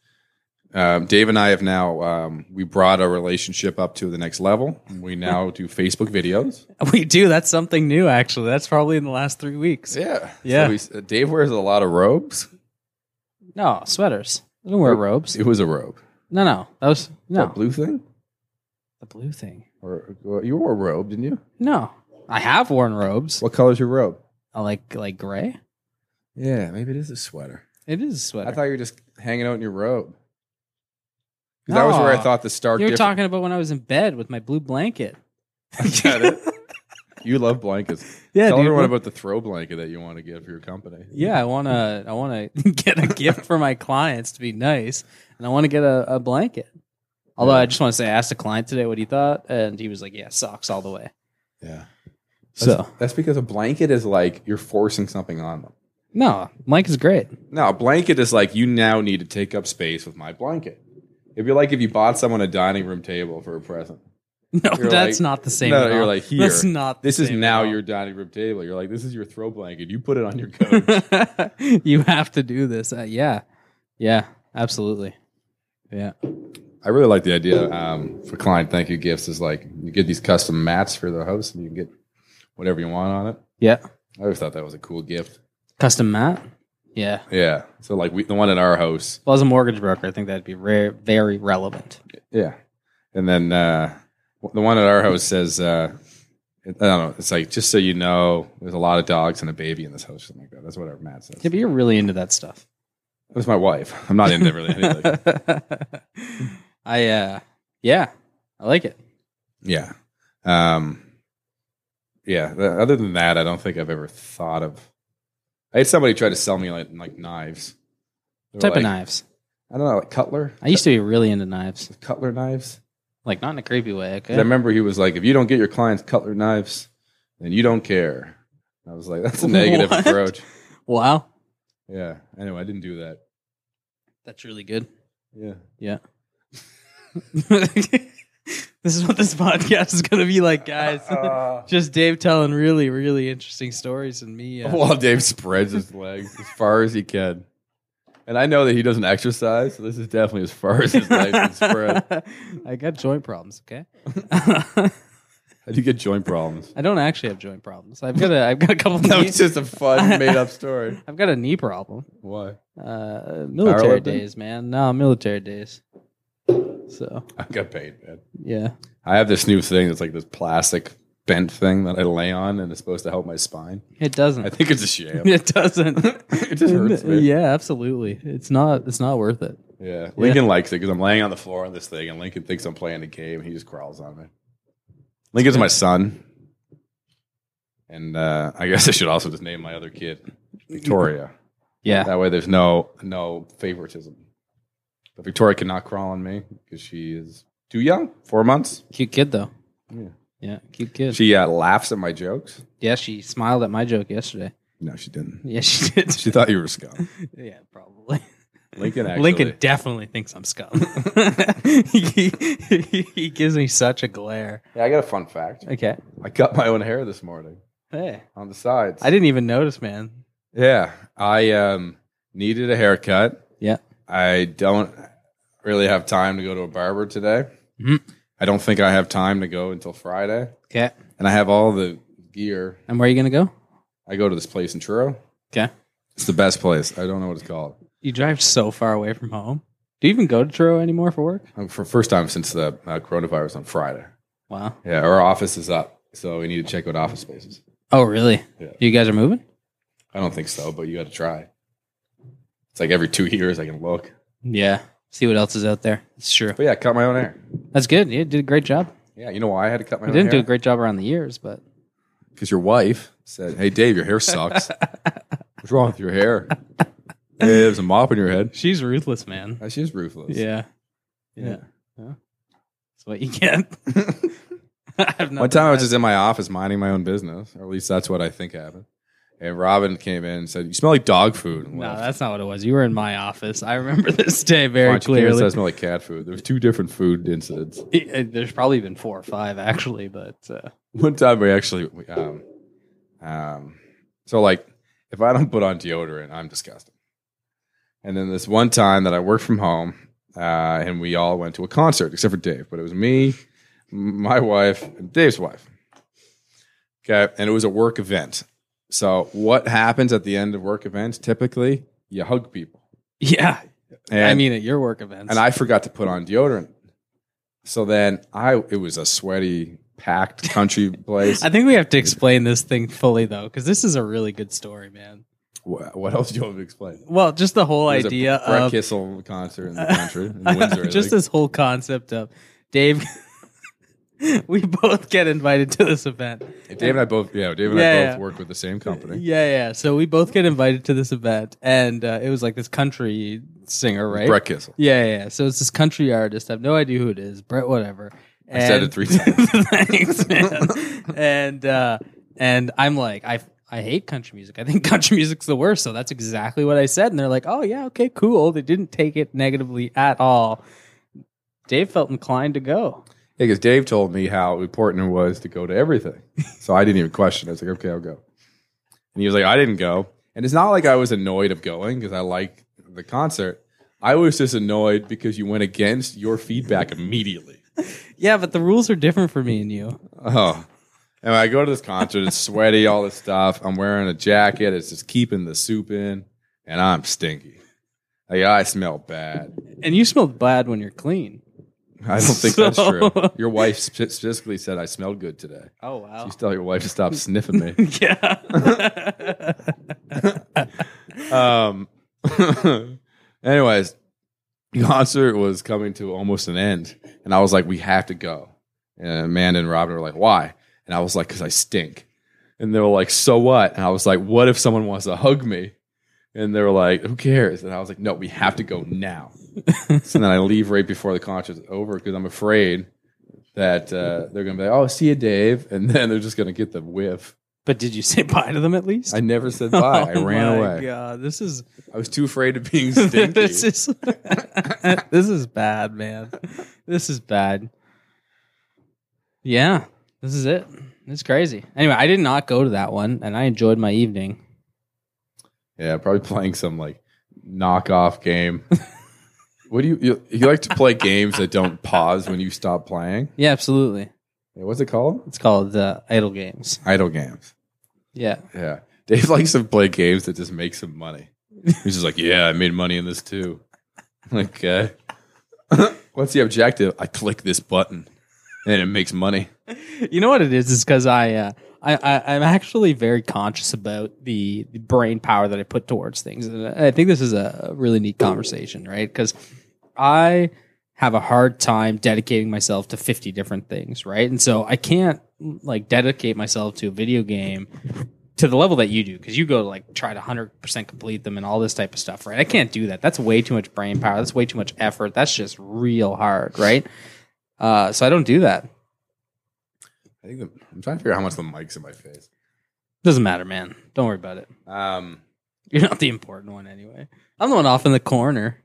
Um, Dave and I have now um, we brought our relationship up to the next level. We now do Facebook videos.
We do. That's something new, actually. That's probably in the last three weeks.
Yeah,
Yeah.
So we, uh, Dave wears a lot of robes.
No sweaters. I don't wear robes.
It was a robe.
No, no, that was no
That blue thing.
the blue thing.
Or or- you wore a robe, didn't you?
No, I have worn robes.
What color's your robe?
I like like gray.
Yeah, maybe it is a sweater.
It is a sweater.
I thought you were just hanging out in your robe. 'Cause That was where I
No.
thought the stark.
you were
difference-
talking about when I was in bed with my blue blanket. [LAUGHS]
Got it. You love blankets.
Yeah,
Tell
dude.
everyone about the throw blanket that you want to give your company.
yeah, I wanna I wanna [LAUGHS] get a gift for my clients to be nice, and I want to get a, a blanket. Although I just want to say, I asked a client today what he thought, and he was like, "Yeah, socks all the way."
Yeah. That's,
So
that's because a blanket is like you're forcing something on them.
no, Mike is great.
No, a blanket is like you now need to take up space with my blanket. It'd be like if you bought someone a dining room table for a present.
[LAUGHS] No,
You're
that's
like-
not the same.
no,
at
you're
all.
like,
That's
"Here,
not. the
This is
same at
now
all." [LAUGHS]
your dining room table. You're like, this is your throw blanket. You put it on your coat.
you have to do this. Uh, yeah, yeah, absolutely. Yeah,
I really like the idea um, for client thank you gifts is like you get these custom mats for the house and you can get whatever you want on it.
yeah.
I always thought that was a cool gift.
Custom mat. Yeah.
Yeah. So like we, the one in our house.
Well, as a mortgage broker, I think that'd be rare, very relevant.
Yeah. And then uh, w- the one at our house says, uh, I don't know. It's like just so you know, there's a lot of dogs and a baby in this house, something like that. That's what our Matt says.
Yeah, but you're really into that stuff.
It was my wife. I'm not into really anything.
[LAUGHS] I uh, yeah, I like it.
yeah. Um, yeah. th- Other than that, I don't think I've ever thought of. I had somebody try to sell me like, like knives. They were
type
like-
of knives.
I don't know, like cutler.
I used to be really into knives,
cutler knives.
like not in a creepy way.
'Cause I
Okay.
remember he was like, if you don't get your clients cutler knives, then you don't care. I was like, that's a negative
What?
approach.
Wow,
Yeah. Anyway, I didn't do that.
that's really good.
Yeah.
Yeah. [LAUGHS] this is what this podcast is going to be like,
[LAUGHS]
guys.
Uh-huh.
[LAUGHS] Just Dave telling really, really interesting stories and me. Uh,
While Dave spreads his legs as far as he can. And I know that he doesn't exercise, so this is definitely as far as his legs can spread.
[LAUGHS] I got joint problems. Okay. [LAUGHS]
How do you get joint problems?
I don't actually have joint problems. I've got a, I've got a couple.
[LAUGHS] That
knee,
was just a fun made up story.
I've got a knee problem.
Why?
Uh, military
Powerlifting?
days, man. No, military days. So
I got paid, man.
yeah.
I have this new thing that's like this plastic bent thing that I lay on and it's supposed to help my spine.
It doesn't. [LAUGHS]
I think it's a sham.
it doesn't. [LAUGHS]
It just hurts me.
Yeah, absolutely. It's not. It's not worth it.
Yeah. Lincoln likes it because I'm laying on the floor on this thing and Lincoln thinks I'm playing a game. He just crawls on me. Lincoln's my son. And uh, I guess I should also just name my other kid Victoria.
Yeah.
That way there's no no favoritism. But Victoria cannot crawl on me because she is too young, four months.
Cute kid though.
Yeah.
Yeah, cute kid.
She uh, laughs at my jokes.
yeah, she smiled at my joke yesterday.
No, she didn't.
Yeah, she [LAUGHS] did.
She thought you were scum.
yeah, probably.
Lincoln actually.
Lincoln definitely thinks I'm scum. [LAUGHS] he, he, he gives me such a glare.
Yeah, I got a fun fact.
Okay.
I cut my own hair this morning
Hey,
on the sides.
I didn't even notice, man.
Yeah, I um, needed a haircut.
Yeah.
I don't really have time to go to a barber today.
Mhm.
I don't think I have time to go until Friday,
Okay.
and I have all the gear.
And where are you gonna go?
I go to this place in Truro.
Okay.
It's the best place. I don't know what it's called.
You drive so far away from home. Do you even go to Truro anymore for work?
Um, For first time since the uh, coronavirus on Friday.
Wow.
Yeah, our office is up, so we need to check out office spaces.
Oh, really?
Yeah.
You guys are moving?
I don't think so, but you got to try. It's like every two years I can look.
Yeah. See what else is out there. It's true.
But yeah, I cut my own hair.
That's good. You did a great job.
Yeah, you know why I had to cut my
You
own
didn't do
hair?
a great job around the years, but
because your wife said, "Hey, Dave, your
[LAUGHS]
hair sucks. What's wrong with your hair? Hey, there's a mop in your head."
she's ruthless, man.
That's just ruthless.
Yeah.
Yeah.
That's what you
[LAUGHS]
get. [LAUGHS] I've
One time I was just in my office minding my own business, or at least that's what I think happened. And Robin came in and said, "You smell like dog food." And
[LAUGHS] No,
left.
that's not what it was. You were in my office. I remember [LAUGHS] this day
Why
very
don't you came in and said,
clearly.
I smell like cat food. There was two different food incidents. [LAUGHS]
It- it- there's probably been four or five actually, but uh,
one time we actually we, um, um, so like if i don't put on deodorant i'm disgusting and then this one time that i worked from home uh, and we all went to a concert except for dave but it was me m- my wife and dave's wife okay and it was a work event so what happens at the end of work events typically you hug people
Yeah,
and,
I mean at your work events.
and i forgot to put on deodorant so then i it was a sweaty packed
[LAUGHS]
country place
I think we have to explain this thing fully though, because this is a really good story, man.
What, what else do you want me to explain?
Well, just the whole
There's
idea
a Brett
of [LAUGHS]
Kissel concert in the country, in Windsor. I
just
think.
this whole concept of Dave. [LAUGHS] we both get invited to this event.
Dave and I both, yeah, Dave and I
Yeah,
both
yeah.
work with the same company.
Yeah, yeah. So we both get invited to this event, and uh, it was like this country singer, right?
Brett Kissel.
Yeah, yeah. yeah. So it's this country artist. I have no idea who it is. Brett, whatever.
I
[LAUGHS]
said it three times.
Thanks, man. and uh, and I'm like, I I hate country music. I think [LAUGHS] country music's the worst. So that's exactly what I said. And they're like, oh yeah, okay, cool. They didn't take it negatively at all. Dave felt inclined to go.
Because Dave told me how important it was to go to
[LAUGHS]
everything, so I didn't even question. it. I was like, okay, I'll go. And he was like, I didn't go, and it's not like I was annoyed of going because I like the concert. I was just annoyed because you went against your feedback immediately.
Yeah, but the rules are different for me and you.
Oh. And I go to this concert, it's sweaty, all this stuff. I'm wearing a jacket, it's just keeping the soup in, and I'm stinky. Like I smell bad.
And you smelled bad when you're clean.
I don't
[LAUGHS]
think that's
So-
true. Your wife spe- specifically said I smelled good today.
Oh wow. [LAUGHS]
You tell your wife to stop sniffing me.
yeah.
Um [LAUGHS] anyways, the concert was coming to almost an end, and I was like, we have to go. And Amanda and Robin were like, why? And I was like, because I stink. And they were like, so what? And I was like, what if someone wants to hug me? And they were like, who cares? And I was like, no, we have to go
[LAUGHS]
now. so then I leave right before the concert's over because I'm afraid that uh, they're going to be like, oh, see you, Dave. And then they're just going to get the whiff.
[LAUGHS] but did you say bye to them at least?
I
[LAUGHS]
never said bye. I
Oh
ran
my
away.
God, this
[LAUGHS]
is
I was too afraid
[LAUGHS]
of being stinky.
this is this is bad, man. This is bad. Yeah, this is it. It's crazy. Anyway, I did not go to that one, and I enjoyed my evening.
Yeah, probably playing some like knockoff game. [LAUGHS] what do you, you you like to play games that don't pause when you stop playing?
Yeah, absolutely.
Yeah, What's it called?
It's called uh, Idle Games.
Idle games.
Yeah,
Yeah, Dave [LAUGHS] likes to play games that just make some money. He's just like, yeah, I made money in this too. Like, okay. [LAUGHS] What's the objective? I click this button, and it makes money.
[LAUGHS] you know what it is? Is because I, uh, I, I, I'm actually very conscious about the, the brain power that I put towards things, and I think this is a really neat conversation, right? Because I have a hard time dedicating myself to 50 different things, right? And so I can't like dedicate myself to a video game to the level that you do because you go to like try to 100% complete them and all this type of stuff right i can't do that that's way too much brain power that's way too much effort that's just real hard right uh, so i don't do that
I think the, I'm trying to figure out how much the mic's in my face.
Doesn't matter, man. Don't worry about it. [LAUGHS]
Um,
You're not the important one anyway. I'm the one off in the corner.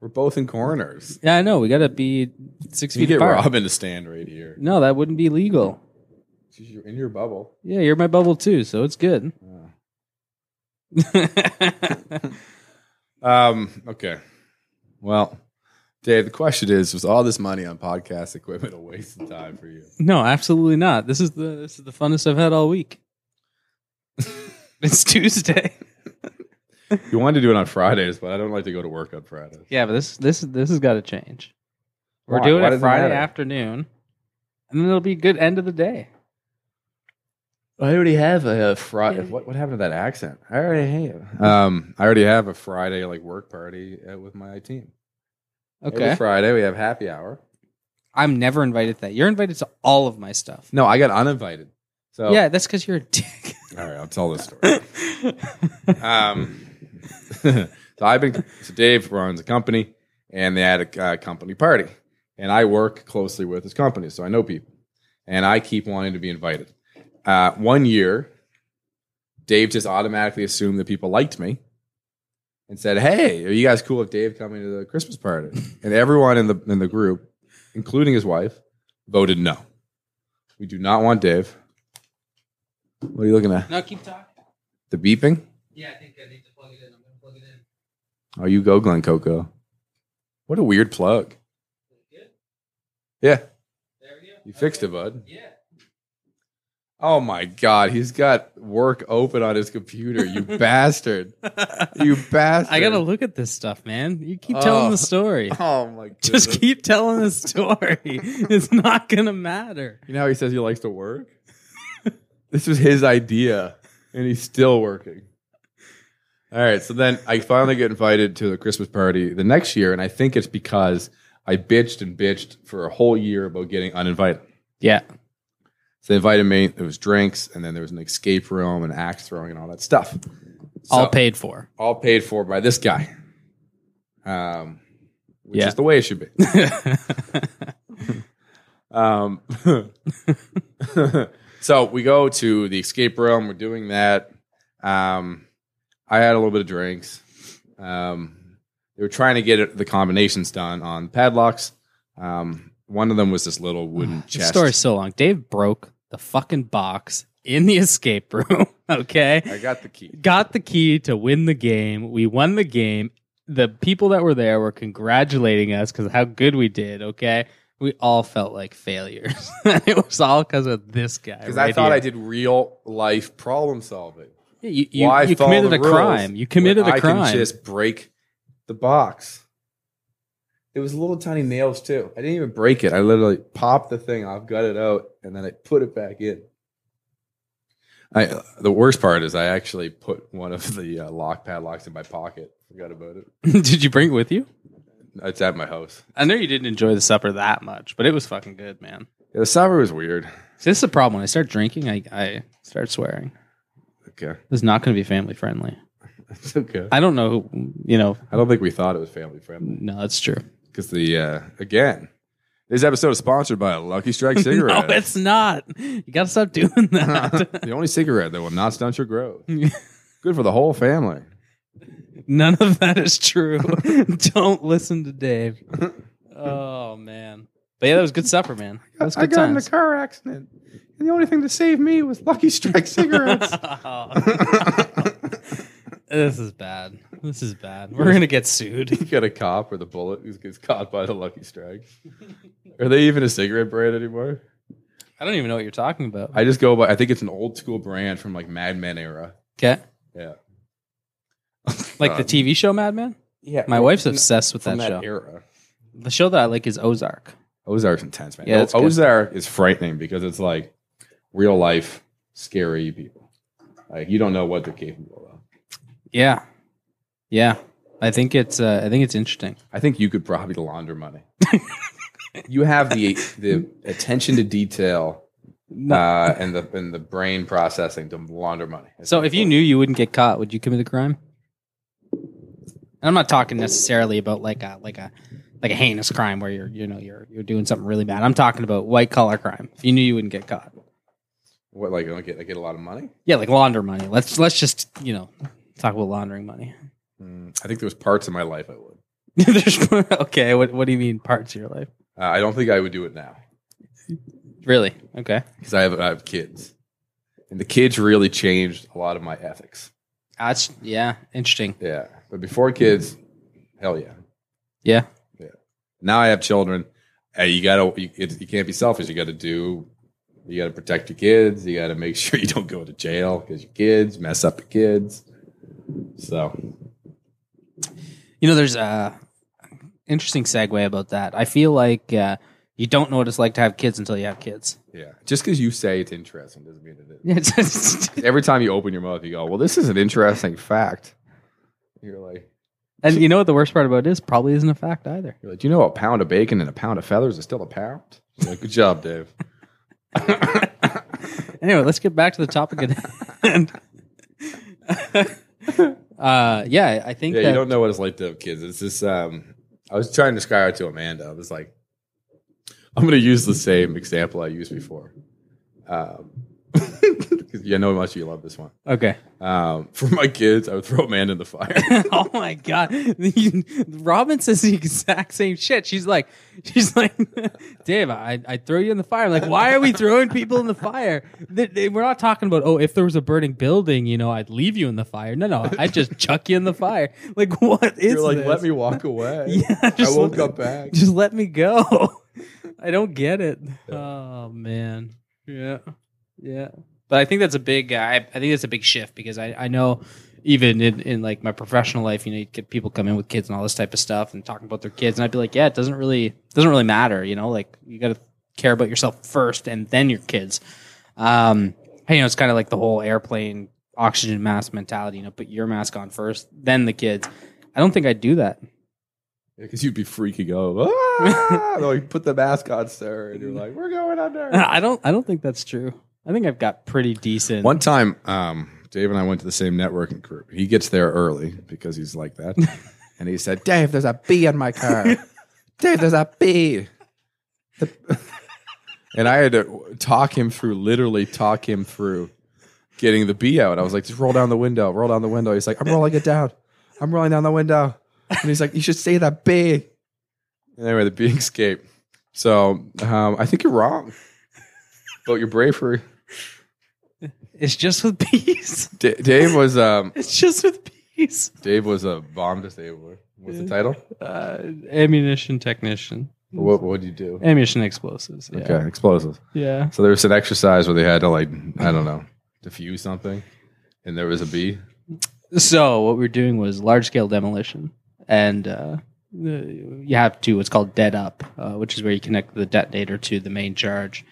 we're both in corners.
Yeah, I know. We gotta be six
If you
feet
get
apart.
Robin to stand right here,
No, that wouldn't be legal.
you're in your bubble.
Yeah, you're my bubble too, so it's
[LAUGHS]
good.
Um. Okay. Well, Dave, the question is: Was all this money on podcast equipment a waste of time for you?
no, absolutely not. This is the this is the funnest I've had all week. [LAUGHS] it's Tuesday. [LAUGHS]
You wanted to do it on Fridays, but I don't like to go to work on Fridays.
Yeah, but this this this has got to change. We're
Why?
doing
Why
it
does it
Friday
matter?
afternoon, and then it'll be a good end of the day.
I already have a Friday. What What happened to that accent? I already have. Um. I already have a Friday like work party uh, with my team. Every
Okay,
Friday we have happy hour.
I'm never invited to that. You're invited to all of my stuff.
No, I got uninvited. So
Yeah, that's because you're a dick.
All right, I'll tell
[LAUGHS]
this story. Um, [LAUGHS] so I've been so Dave runs a company, and they had a uh, company party, and I work closely with his company, so I know people, and I keep wanting to be invited. Uh, one year, Dave just automatically assumed that people liked me, and said, "Hey, are you guys cool with Dave coming to the Christmas party?" And everyone in the in the group, including his wife, voted no. We do not want Dave. What are you looking at?
No, keep talking.
The beeping?
Yeah, I think I need to plug it in. I'm gonna plug it in.
Oh, you go, Glen Coco. What a weird plug.
Good.
Yeah,
There we go.
you fixed it, bud.
Yeah.
Oh my God, he's got work open on his
[LAUGHS]
computer. You bastard. [LAUGHS] You bastard.
I gotta look at this stuff, man. You keep
Oh.
telling the
[LAUGHS]
story. [LAUGHS]
Oh my God.
Just keep telling the
[LAUGHS]
story. it's not gonna matter.
You know how he says he likes to work? [LAUGHS] this was his idea, and he's still working. All right, so then I finally get invited to the Christmas party the next year, and I think it's because I bitched and bitched for a whole year about getting uninvited.
Yeah.
So they invited me, there was drinks, and then there was an escape room and axe throwing and all that stuff.
All
So-
paid [LAUGHS] for.
all paid for by this guy. Um, which
Yeah.
is the way it should be.
[LAUGHS]
Um, [LAUGHS] so we go to the escape room. We're doing that. Um, I had a little bit of drinks. Um, they were trying to get it, the combinations done on padlocks. Um, one of them was this little wooden
[SIGHS] This
chest.
story's so long. Dave broke the fucking box in the escape room. [LAUGHS] Okay.
I got the key.
Got the key to win the game. We won the game. The people that were there were congratulating us because how good we did. Okay. We all felt like failures. [LAUGHS] it was all because of this guy.
Because I
right
thought
here.
I did real life problem solving.
Yeah, you you,
Why
you
follow
committed
the
a
rules
crime. You committed
when
a crime.
I can just break the box. It was little tiny nails too. I didn't even break it. I literally popped the thing off, got it out, and then I put it back in. I, the worst part is I actually put one of the uh, lock padlocks in my pocket. Forgot about it.
[LAUGHS] Did you bring it with you?
It's at my house.
I know you didn't enjoy the supper that much, but it was fucking good, man.
Yeah, the supper was weird.
See, this is the problem. When I start drinking, I, I start swearing.
Okay, [LAUGHS]
This is not going to be family friendly.
it's okay.
I don't know who, you know,
I don't think we thought it was family friendly
no, that's true.
because the uh, again, this episode is sponsored by Lucky Strike cigarettes.
[LAUGHS]
[LAUGHS]
No, it's not. You got to stop doing that. [LAUGHS]
the only cigarette that will not stunt your growth. Good for the whole family.
[LAUGHS] None of that is true. [LAUGHS] don't listen to Dave. Oh, man. But yeah, that was good supper, man. That was good times.
car accident, and the only thing that saved me was Lucky [LAUGHS] Strike
[LAUGHS] this is bad. This is bad. We're going to get sued.
you got a cop with a bullet who gets caught by the Lucky Strike. Are they even a cigarette brand anymore?
I don't even know what you're talking about.
I just go by. I think it's an old school brand from like Mad Men era.
Okay.
Yeah,
Like
Uh,
the TV show Mad Men?
yeah.
My wife's obsessed with that,
from that,
show.
era.
The show that I like is Ozark.
Ozark's intense, man.
Yeah, that's good.
Ozark is frightening because it's like real life scary people. Like you don't know what they're capable of.
Yeah. Yeah. I think it's uh, I think it's interesting.
I think you could probably launder money. [LAUGHS] you have the the attention to detail uh, and the and the brain processing to launder money.
So if you knew you wouldn't get caught, would you commit a crime? And I'm not talking necessarily about like a like a like a heinous crime where you're you know you're you're doing something really bad. I'm talking about white collar crime. If you knew you wouldn't get caught.
what like I get I get a lot of money.
Yeah, like launder money. Let's let's just, you know, talk about laundering money. [LAUGHS]
Mm, I think there was parts of my life I would.
There's- okay, what what do you mean parts of your life?
Uh, I don't think I would do it now
Really? Okay.
because I have I have kids, and the kids really changed a lot of my ethics.
That's yeah, interesting.
Yeah, but before kids, hell yeah.
Yeah.
Now I have children. Hey, you gotta you, it, you can't be selfish. You gotta do. You gotta protect your kids. You gotta make [LAUGHS] sure you don't go to jail because your kids mess up your kids. So
You know, there's a interesting segue about that. I feel like uh, you don't know what it's like to have kids until you have kids. [LAUGHS]
yeah, just because you say it's interesting doesn't mean it is.
and
Every time you open your mouth, you go, "Well, this is an interesting fact." You're like,
you know what the worst part about it is? Probably isn't a fact either. [LAUGHS]
you're like, do you know a pound of bacon and a pound of feathers is still a pound? You're like, Good job, Dave.
Anyway, let's get back to the topic at hand. [LAUGHS] uh, yeah, I think
Yeah,
that
you don't know what it's like to have kids. It's just um I was trying to describe it to Amanda. I was like, [LAUGHS] I'm gonna use the same example I used before. Um because yeah, I know how much you love this one.
Okay. [LAUGHS]
Um, for my kids, I would throw Amanda in the fire.
oh my god. [LAUGHS] Robin says the exact same shit. She's like she's like [LAUGHS] Dave, I I throw you in the fire. I'm like, why are we throwing people in the fire? They- they- We're not talking about, oh, if there was a burning building, you know, I'd leave you in the fire. No, no, I'd just chuck you in the fire. Like what is
[LAUGHS] You're like,
this?
let me walk away.
[LAUGHS] Yeah, just
I won't
let-
come back.
just let me go. I don't get it. Oh man. Yeah. Yeah. But I think that's a big uh, I, I think that's a big shift because I, I know even in, in like my professional life, you know, you get people come in with kids and all this type of stuff and talking about their kids and I'd be like, yeah, it doesn't really doesn't really matter, you know, like you got to care about yourself first and then your kids. Um, you know, it's kind of like the whole airplane oxygen mask mentality, you know, put your mask on first, then the kids. I don't think I'd do that.
Because you'd be freaking [LAUGHS] out. Ah! They're like, put the mask on, sir. And you're like, we're going [LAUGHS] under.
I don't. I don't think that's true. I think I've got pretty decent.
One time, um, Dave and I went to the same networking group. He gets there early because he's like that. and he said, Dave, there's a bee in my car. Dave, there's a bee. The- [LAUGHS] and I had to talk him through, literally talk him through getting the bee out. I was like, just roll down the window, roll down the window. He's like, I'm rolling it down. I'm rolling down the window. And he's like, you should say that bee. Anyway, the bee [LAUGHS] escaped. So um, I think you're wrong about your bravery.
It's just with [LAUGHS] peas.
D- Dave was um,
It's just with peas.
Dave was a bomb disabler. What's the title?
Uh, ammunition technician.
What what did you do?
Ammunition explosives. Yeah.
Okay, explosives.
Yeah.
So there was an exercise where they had to like I don't know defuse something, and there was a bee.
So what we are doing was large scale demolition, and uh, the- you have to what's called dead up, uh, which is where you connect the detonator to the main charge.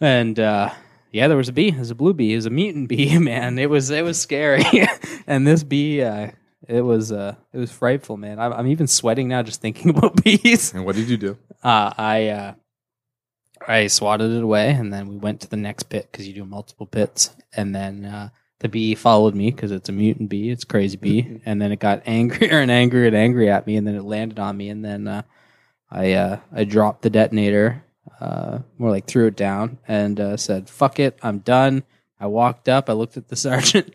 And uh, yeah, there was a bee. It was a blue bee. It was a mutant [LAUGHS] bee. Man, it was it was scary. [LAUGHS] and this bee, uh, it was uh, it was frightful, man. I'm, I'm even sweating now just thinking [LAUGHS] about bees.
And what did you do?
Uh, I uh, I swatted it away, and then we went to the next pit because you do multiple pits, and then uh, the bee followed me because it's a mutant bee, it's a crazy bee, and then it got [LAUGHS] angrier and angrier and angry at me, and then it landed on me, and then uh, I uh, I dropped the detonator, uh, more like threw it down, and uh, said "fuck it, I'm done." I walked up, I looked at the [LAUGHS] sergeant,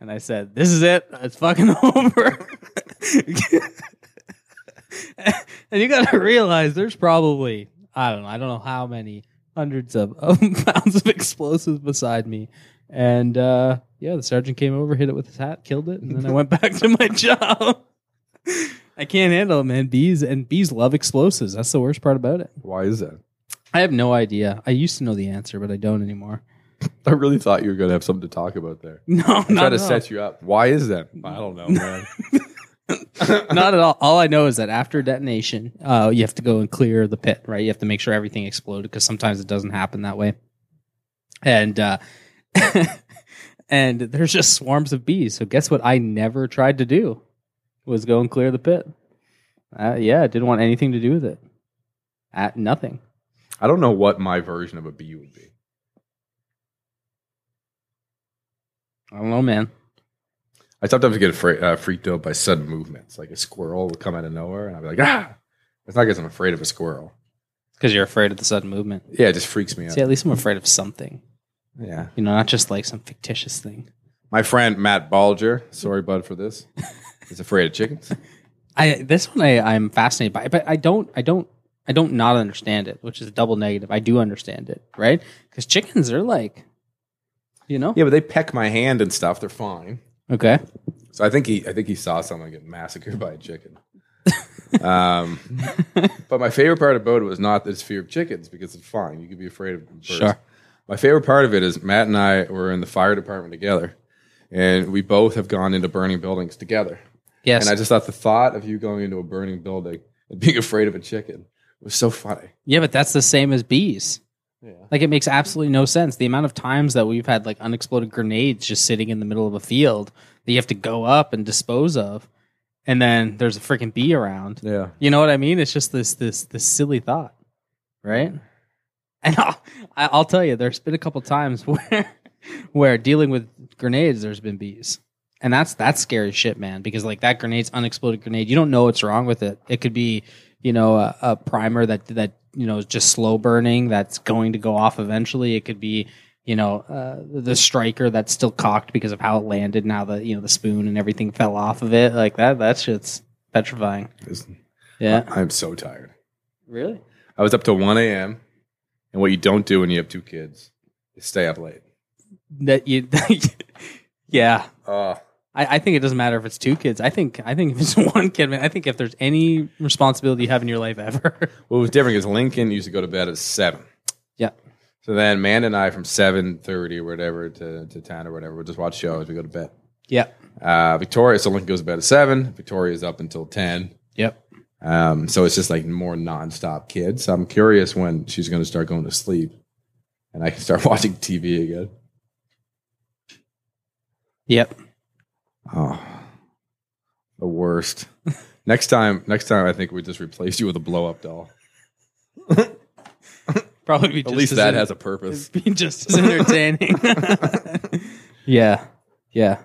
and I said, "This is it, it's fucking [LAUGHS] over." and you got to [LAUGHS] realize there's probably I don't know I don't know how many hundreds of, of [LAUGHS] pounds of explosives beside me, and uh, yeah, the sergeant came over, hit it with his hat, killed it, and then I went [LAUGHS] back to my job. [LAUGHS] I can't handle it, man. Bees and bees love explosives. That's the worst part about it.
Why is that?
I have no idea. I used to know the answer, but I don't anymore. [LAUGHS]
I really thought you were going to have something to talk about there.
No,
I tried
not
to
at all.
set you up. Why is that? I don't [LAUGHS] know, man.
not at all. All I know is that after detonation, uh, you have to go and clear the pit, right? You have to make sure everything exploded because sometimes it doesn't happen that way. And uh, [LAUGHS] and there's just swarms of bees. So guess what? I never tried to do was go and clear the pit. Uh, yeah, I didn't want anything to do with it. At nothing.
[LAUGHS] I don't know what my version of a bee would be.
I don't know, man.
I sometimes get afraid, uh, freaked out by sudden movements, like a squirrel would come out of nowhere, and I'd be like, ah. It's not because I'm afraid of a squirrel.
Because you're afraid of the sudden movement.
Yeah, it just freaks me out.
See, at least I'm afraid of something.
Yeah.
You know, not just like some fictitious thing.
My friend Matt Balger, sorry bud for [LAUGHS] this, is afraid of chickens.
I this one I, I'm fascinated by, but I don't I don't I don't not understand it, which is a double negative. I do understand it, right? Because chickens are like, you know,
Yeah, but they peck my hand and stuff. They're fine.
okay,
So I think he, I think he saw someone get massacred by a [LAUGHS] chicken. um, but my favorite part about it was not this fear of chickens because it's fine. You could be afraid of birds.
Sure.
My favorite part of it is Matt and I were in the fire department together, and we both have gone into burning buildings together.
yes,
And I just thought the thought of you going into a burning building and being [LAUGHS] afraid of a chicken was so funny.
yeah, but that's the same as bees.
Yeah.
Like it makes absolutely no sense. The amount of times that we've had like unexploded grenades just sitting in the middle of a field that you have to go up and dispose of, and then there's a freaking bee around.
Yeah.
You know what I mean? It's just this this this silly thought, right? And I'll, I- I'll tell you, there's been a couple times [LAUGHS] where where dealing with grenades, there's been bees, and that's that's scary shit, man. Because like that grenade's unexploded grenade, you don't know what's wrong with it. It could be, you know, a, a primer that that you know is just slow burning that's going to go off eventually. It could be. you know, uh, the striker that's still cocked because of how it landed and how the you know the spoon and everything fell off of it. Like that, that shit's petrifying. Yeah,
I- I'm so tired.
really.
I was up till 1 a.m. And what you don't do when you have two kids is stay up late.
That you, [LAUGHS] yeah.
Oh,
I, I think it doesn't matter if it's two kids. I think I think if it's [LAUGHS] one kid, man, I think if there's any responsibility you have in your life ever, [LAUGHS]
what was different is Lincoln used to go to bed at seven.
Yeah.
So then Amanda and I from seven thirty or whatever to, to ten or whatever, we'll just watch shows, we go to bed.
yep,
Uh, Victoria, so Lincoln goes to bed at seven. Victoria's up until ten.
yep.
Um, so it's just like more nonstop kids. So I'm curious when she's going to start going to sleep, and I can start [LAUGHS] watching TV again.
Yep.
Oh, the worst. next time, next time, I think we just replace you with a blow up doll.
Probably be
At
just
least
as [LAUGHS]
that
in-
has a purpose.
be just as entertaining.
[LAUGHS]
yeah. Yeah.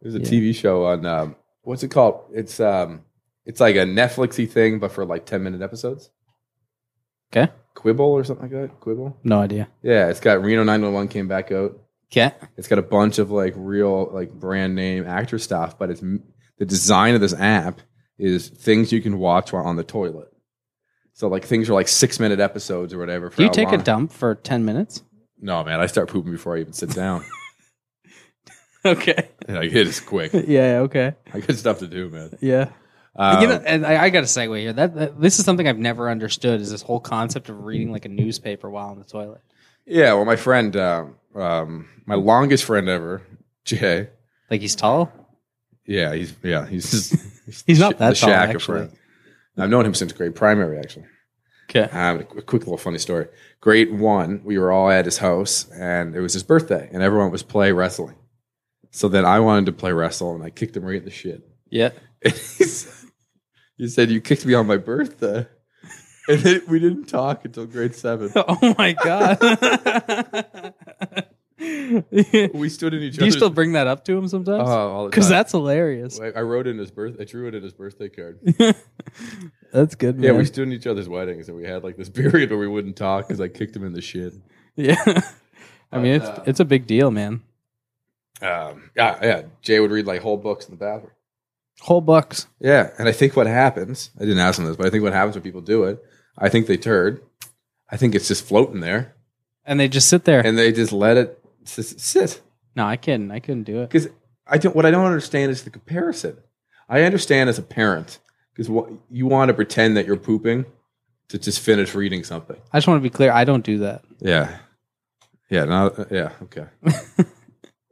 There's a
Yeah.
TV show on um, what's it called? It's um, it's like a Netflixy thing, but for like ten minute episodes.
Okay.
Quibble or something like that. Quibble.
No idea.
Yeah, it's got Reno 911 came back out.
Okay.
It's got a bunch of like real like brand name actor stuff, but it's the design of this app is things you can watch while on the toilet. So like things are like six minute episodes or whatever. for
Do you
how
take a
long-
dump for 10 minutes?
No, man, I start pooping before I even sit down.
[LAUGHS]
[LAUGHS]
Okay.
And, like it is
[LAUGHS]
quick.
Yeah. Okay.
I got stuff to do, man.
Yeah.
Um,
you know, and I, I got to segue here. That, that this is something I've never understood is this whole concept of reading like a newspaper while in the toilet.
yeah, well, my friend, uh, um, my longest friend ever, Jay.
Like he's tall.
Yeah, he's yeah, he's just,
[LAUGHS] He's not that
the
tall,
shack of
actually.
friends. I've known him since grade primary, actually.
Okay.
Um, a qu- quick little funny story. Grade one, we were all at his house, and it was his birthday, and everyone was play wrestling. So then I wanted to play wrestle, and I kicked him right in the shit. [LAUGHS]
Yeah.
And he said, he said, "You kicked me on my birthday," [LAUGHS] and then we didn't talk until grade seven.
[LAUGHS] Oh my
[LAUGHS]
god. Do
We stood in each
you
other's.
still bring that up to him sometimes?
Oh, all the
Because
time.
that's hilarious.
I I wrote in his birth. I drew it in his
[LAUGHS]
birthday card.
That's good.
Yeah,
man.
we stood in each other's weddings, and we had like this [LAUGHS] period where we wouldn't talk because I kicked him in the shit.
Yeah. [LAUGHS] I mean, it's
uh,
it's a big deal, man.
Um, yeah, yeah. Jay would read like whole books in the bathroom.
Whole bucks.
Yeah, and I think what happens, I didn't ask him this, but I think what happens when people do it, I think they turd. I think it's just floating there,
And they just sit there.
and they just let it s- sit.
no, I couldn't. I couldn't do it.
Because I don't, what I don't understand is the comparison. I understand as a parent because what you want to pretend that you're pooping to just finish reading something.
I just want to be clear. I don't do that.
Yeah, yeah, no, yeah, [LAUGHS] okay.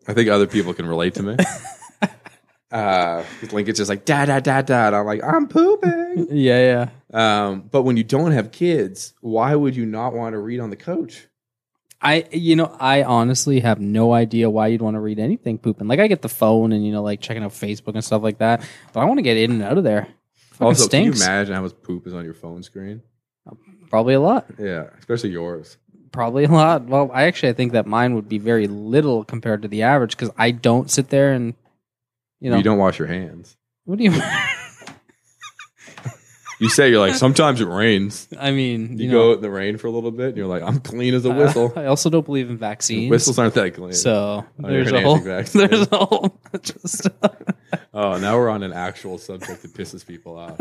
I think other people can relate to me. [LAUGHS] Uh, 'cause Lincoln's just like da da da da, and I'm like I'm pooping.
Yeah, yeah.
Um, but when you don't have kids, why would you not want to read on the couch?
I, you know, I honestly have no idea why you'd want to read anything pooping. Like, I get the phone and, you know, like checking out Facebook and stuff like that. But I want to get in and out of there. Fucking
also, can you
stinks.
imagine how much poop is on your phone screen?
Probably a lot.
Yeah, especially yours.
Probably [LAUGHS] a lot. Well, I actually I think that mine would be very little compared to the average because I don't sit there and, you
You,
know,
don't wash your hands.
what do you? [LAUGHS]
You say you're like sometimes it
[LAUGHS]
rains.
I mean,
You,
you, know, Uh,
go out in the rain for a little bit, and you're like, I'm clean as a whistle.
[LAUGHS] I also don't believe in
And
vaccines.
Whistles aren't that clean.
So
Oh,
there's
you're
a
an
whole [LAUGHS]
anti-vaccine.
there's a whole bunch of
[LAUGHS]
stuff. [LAUGHS]
oh, now we're on an actual subject that pisses
[LAUGHS]
people off.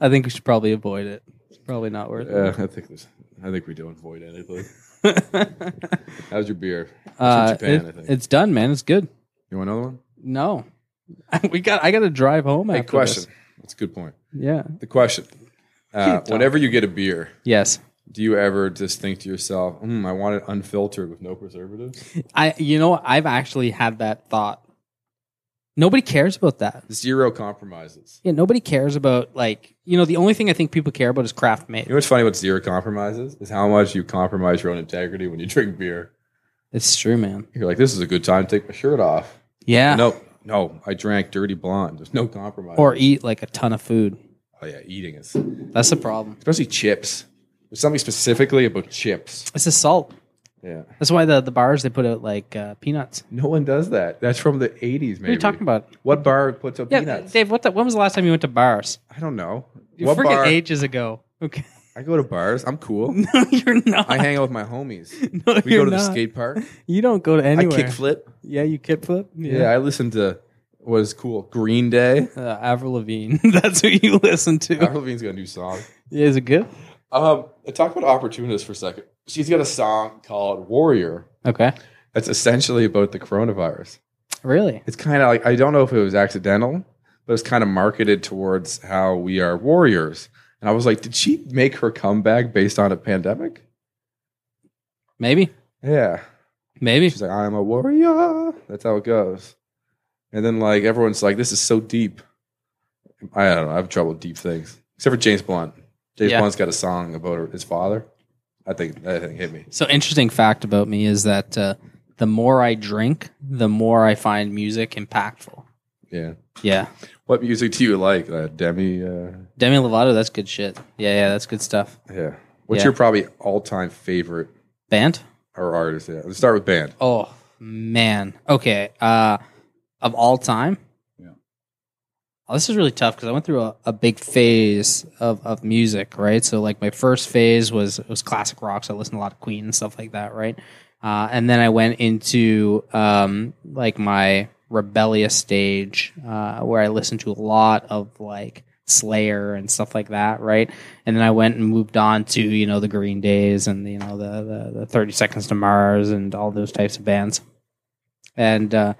I think we should probably avoid it. It's probably not worth [LAUGHS]
Yeah, I think this. I think we do avoid anything.
it.
How's your beer? It's from
Uh,
Japan,
it-
I think.
It's done, man. It's good.
You want another one?
No, [LAUGHS] we got. I got to drive home.
Hey,
after
question. That's a good point.
this. Yeah. [LAUGHS]
The question. Uh,
talking.
whenever you get a beer,
Yes.
do you ever just think to yourself, mm, I want it unfiltered with no preservatives?
I. You know, I've actually had that thought. Nobody cares about that.
Zero compromises.
Yeah. Nobody cares about like you know. The only thing I think people care about is craft made.
You know what's funny about zero compromises is how much you compromise your own integrity when you drink beer.
It's true, man.
You're like, this is a good time to take my shirt off.
Yeah.
No, no, I drank dirty blonde. There's no compromise.
Or eat like a ton of food.
oh yeah, eating is
That's the problem.
especially chips. There's something specifically about chips.
It's the salt.
Yeah,
That's why the, the bars they put out like uh, peanuts.
no one does that. That's from the '80s. Maybe
What are you talking about?
What bar puts up
Yeah,
peanuts?
Dave. What the, when was the last time you went to bars?
I don't know.
You
what
freaking
bar?
ages ago. Okay. [LAUGHS]
I go to bars. I'm cool.
No, you're not.
I hang out with my homies.
no,
We
you're
go to
not.
the skate park.
You don't go to anywhere.
I kickflip.
Yeah, you kickflip.
Yeah. I listen to what is cool Green Day.
Uh, Avril Lavigne. [LAUGHS] That's who you listen to.
Avril Lavigne's got a new song.
Yeah, is it good?
Um, talk about opportunists for a second. She's got a song called Warrior.
Okay.
That's essentially about the coronavirus.
Really?
It's kind of like I don't know if it was accidental, but it's kind of marketed towards how we are warriors. And I was like, did she make her comeback based on a pandemic?
Maybe.
Yeah.
Maybe.
She's like, I'm a warrior. That's how it goes. And then like everyone's like, this is so deep. I don't know. I have trouble with deep things, except for James Blunt. James
Yeah.
Blunt's got a song about his father. I think that thing hit me.
So, interesting fact about me is that uh, the more I drink, the more I find music impactful.
Yeah.
Yeah.
What music do you like? Uh, Demi. Uh,
Demi Lovato, that's good shit. Yeah, yeah, that's good stuff.
yeah. What's
Yeah.
your probably all time favorite
Band?
or artist? Yeah. Let's start with band.
Oh, man. Okay. Uh, of all time?
Yeah.
Oh, this is really tough because I went through a, a big phase of, of music, right? So, like, my first phase was was classic rock. So, I listened to a lot of Queen and stuff like that, right? Uh, and then I went into um, like my rebellious stage uh, where I listened to a lot of like Slayer and stuff like that, right? And then I went and moved on to you know the Green Days and you know the the, the Thirty Seconds to Mars and all those types of bands. And uh,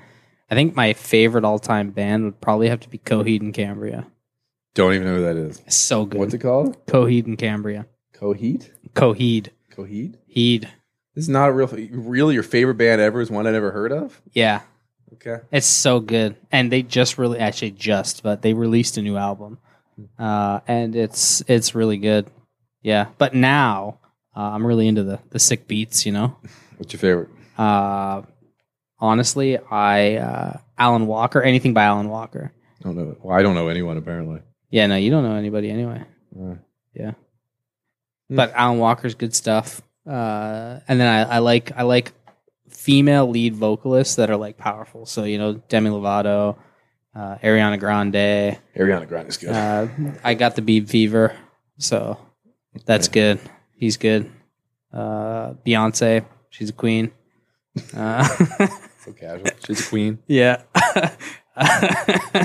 I think my favorite all time band would probably have to be Coheed and Cambria.
Don't even know who that is.
It's so good.
What's it called?
Coheed and Cambria.
Coheed.
Coheed.
Coheed.
Heed.
This is not a real. Really, your favorite band ever is one I never heard of.
Yeah.
Okay.
It's so good, and they just really actually just, but they released a new album, uh, and it's it's really good. Yeah, but now uh, I'm really into the the sick beats. You know,
What's your favorite?
uh, honestly, I uh, Alan Walker, anything by Alan Walker.
I don't know. Well, I don't know anyone apparently.
Yeah, no, you don't know anybody anyway.
Uh, Hmm.
But Alan Walker's good stuff. Uh, and then I, I like I like female lead vocalists that are like powerful. So you know Demi Lovato, uh, Ariana Grande.
Ariana Grande is good.
Uh, I got the Beeb fever, so that's good. He's good. Uh, Beyonce, she's a queen. Uh, [LAUGHS]
so casual. [LAUGHS] She's a queen.
yeah. [LAUGHS] uh,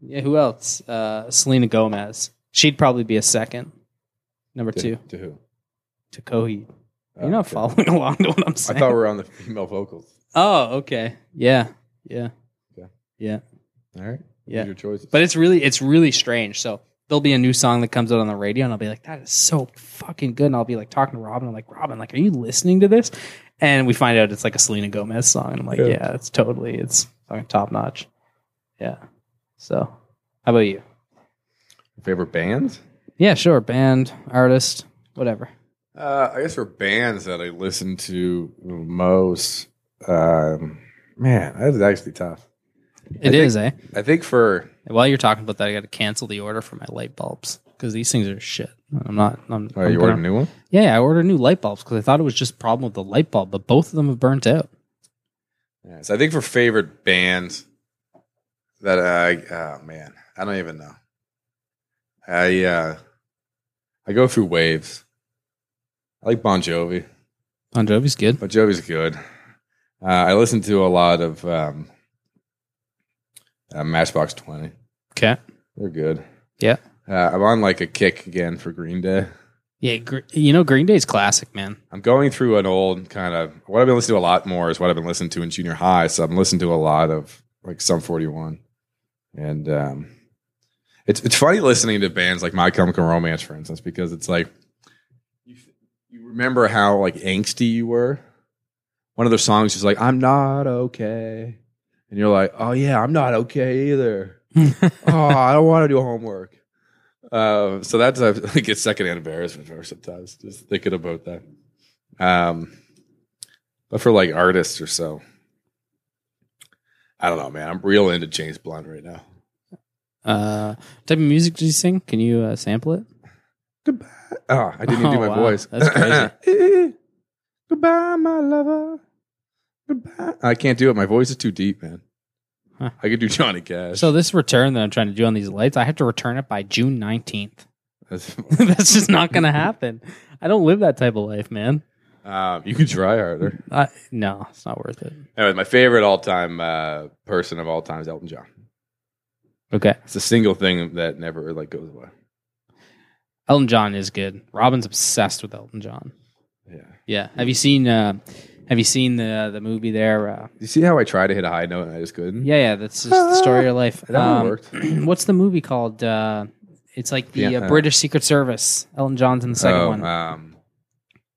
yeah. Who else? Uh, Selena Gomez. She'd probably be a second. Number
To,
two
to who?
to Coheed.
Oh,
You're not
okay.
following [LAUGHS] along to what I'm
I
saying.
thought we were on the female vocals.
oh, okay. Yeah. Yeah.
All right.
Yeah.
Your choices.
But it's really it's really strange. So there'll be a new song that comes out on the radio, and I'll be like, "That is so fucking good." And I'll be like talking to Robin, I'm like, "Robin, like, are you listening to this?" And we find out it's like a Selena Gomez song, and I'm like,
Yeah.
"Yeah, it's totally it's fucking top notch." Yeah. So, how about you?
favorite bands?
Yeah, sure. Band, artist, whatever.
Uh, I guess for bands that I listen to most, um, man, that is actually tough.
It is, eh?
I think for
While you're talking about that, I got to cancel the order for my light bulbs because these things are shit. I'm not. I'm,
oh,
I'm
you
gonna-
ordered a new one.
Yeah, I ordered new light bulbs because I thought it was just a problem with the light bulb, but both of them have burnt out.
Yeah, so I think for favorite bands that I, oh man, I don't even know. I uh, I go through waves. I like Bon Jovi.
Bon Jovi's good.
Bon Jovi's good. Uh, I listen to a lot of um, uh, Matchbox Twenty.
Okay.
They're good.
Yeah.
Uh, I'm on like a kick again for Green Day.
Yeah, gr- you know Green Day's classic, [LAUGHS] man.
I'm going through an old kind of what I've been listening to a lot more is what I've been listening to in junior high. So I'm listening to a lot of like Sum 41, and um, it's it's funny listening to bands like My Chemical Romance, for instance, because it's like you you remember how like angsty you were. One of their songs is like "I'm not okay," and you're like, "Oh yeah, I'm not okay either." [LAUGHS] oh, I don't want to do homework. Uh, [LAUGHS] so that's I like it's secondhand embarrassment for sometimes just thinking about that. Um, but for like artists or so, I don't know, man. I'm real into James Blunt right now.
uh, type of music did you sing? Can you uh, sample it?
Goodbye. Oh, I didn't even do
Oh,
my
wow.
voice.
That's
crazy. [LAUGHS] Goodbye, my lover. Goodbye. I can't do it. My voice is too deep, man.
Huh.
I could do Johnny Cash.
So this return that I'm trying to do on these lights, I have to return it by June 19th.
That's-
[LAUGHS]
[LAUGHS]
That's just not [LAUGHS] going to happen. I don't live that type of life, man.
um, you could try harder.
I, no, it's not worth it.
Anyway, my favorite all time uh, person of all time is Elton John.
Okay.
It's a single thing that never like goes away.
Elton John is good. Robin's obsessed with Elton John.
Yeah.
Yeah. Have you seen uh have you seen the the movie there? Uh,
You see how I tried to hit a high note and I just couldn't?
yeah, yeah, that's just the story of your life. Um,
That one worked.
[CLEARS THROAT] what's the movie called? Uh it's like the
Yeah,
uh,
uh,
British Secret Service. Elton John's in the second
Oh,
one.
Um,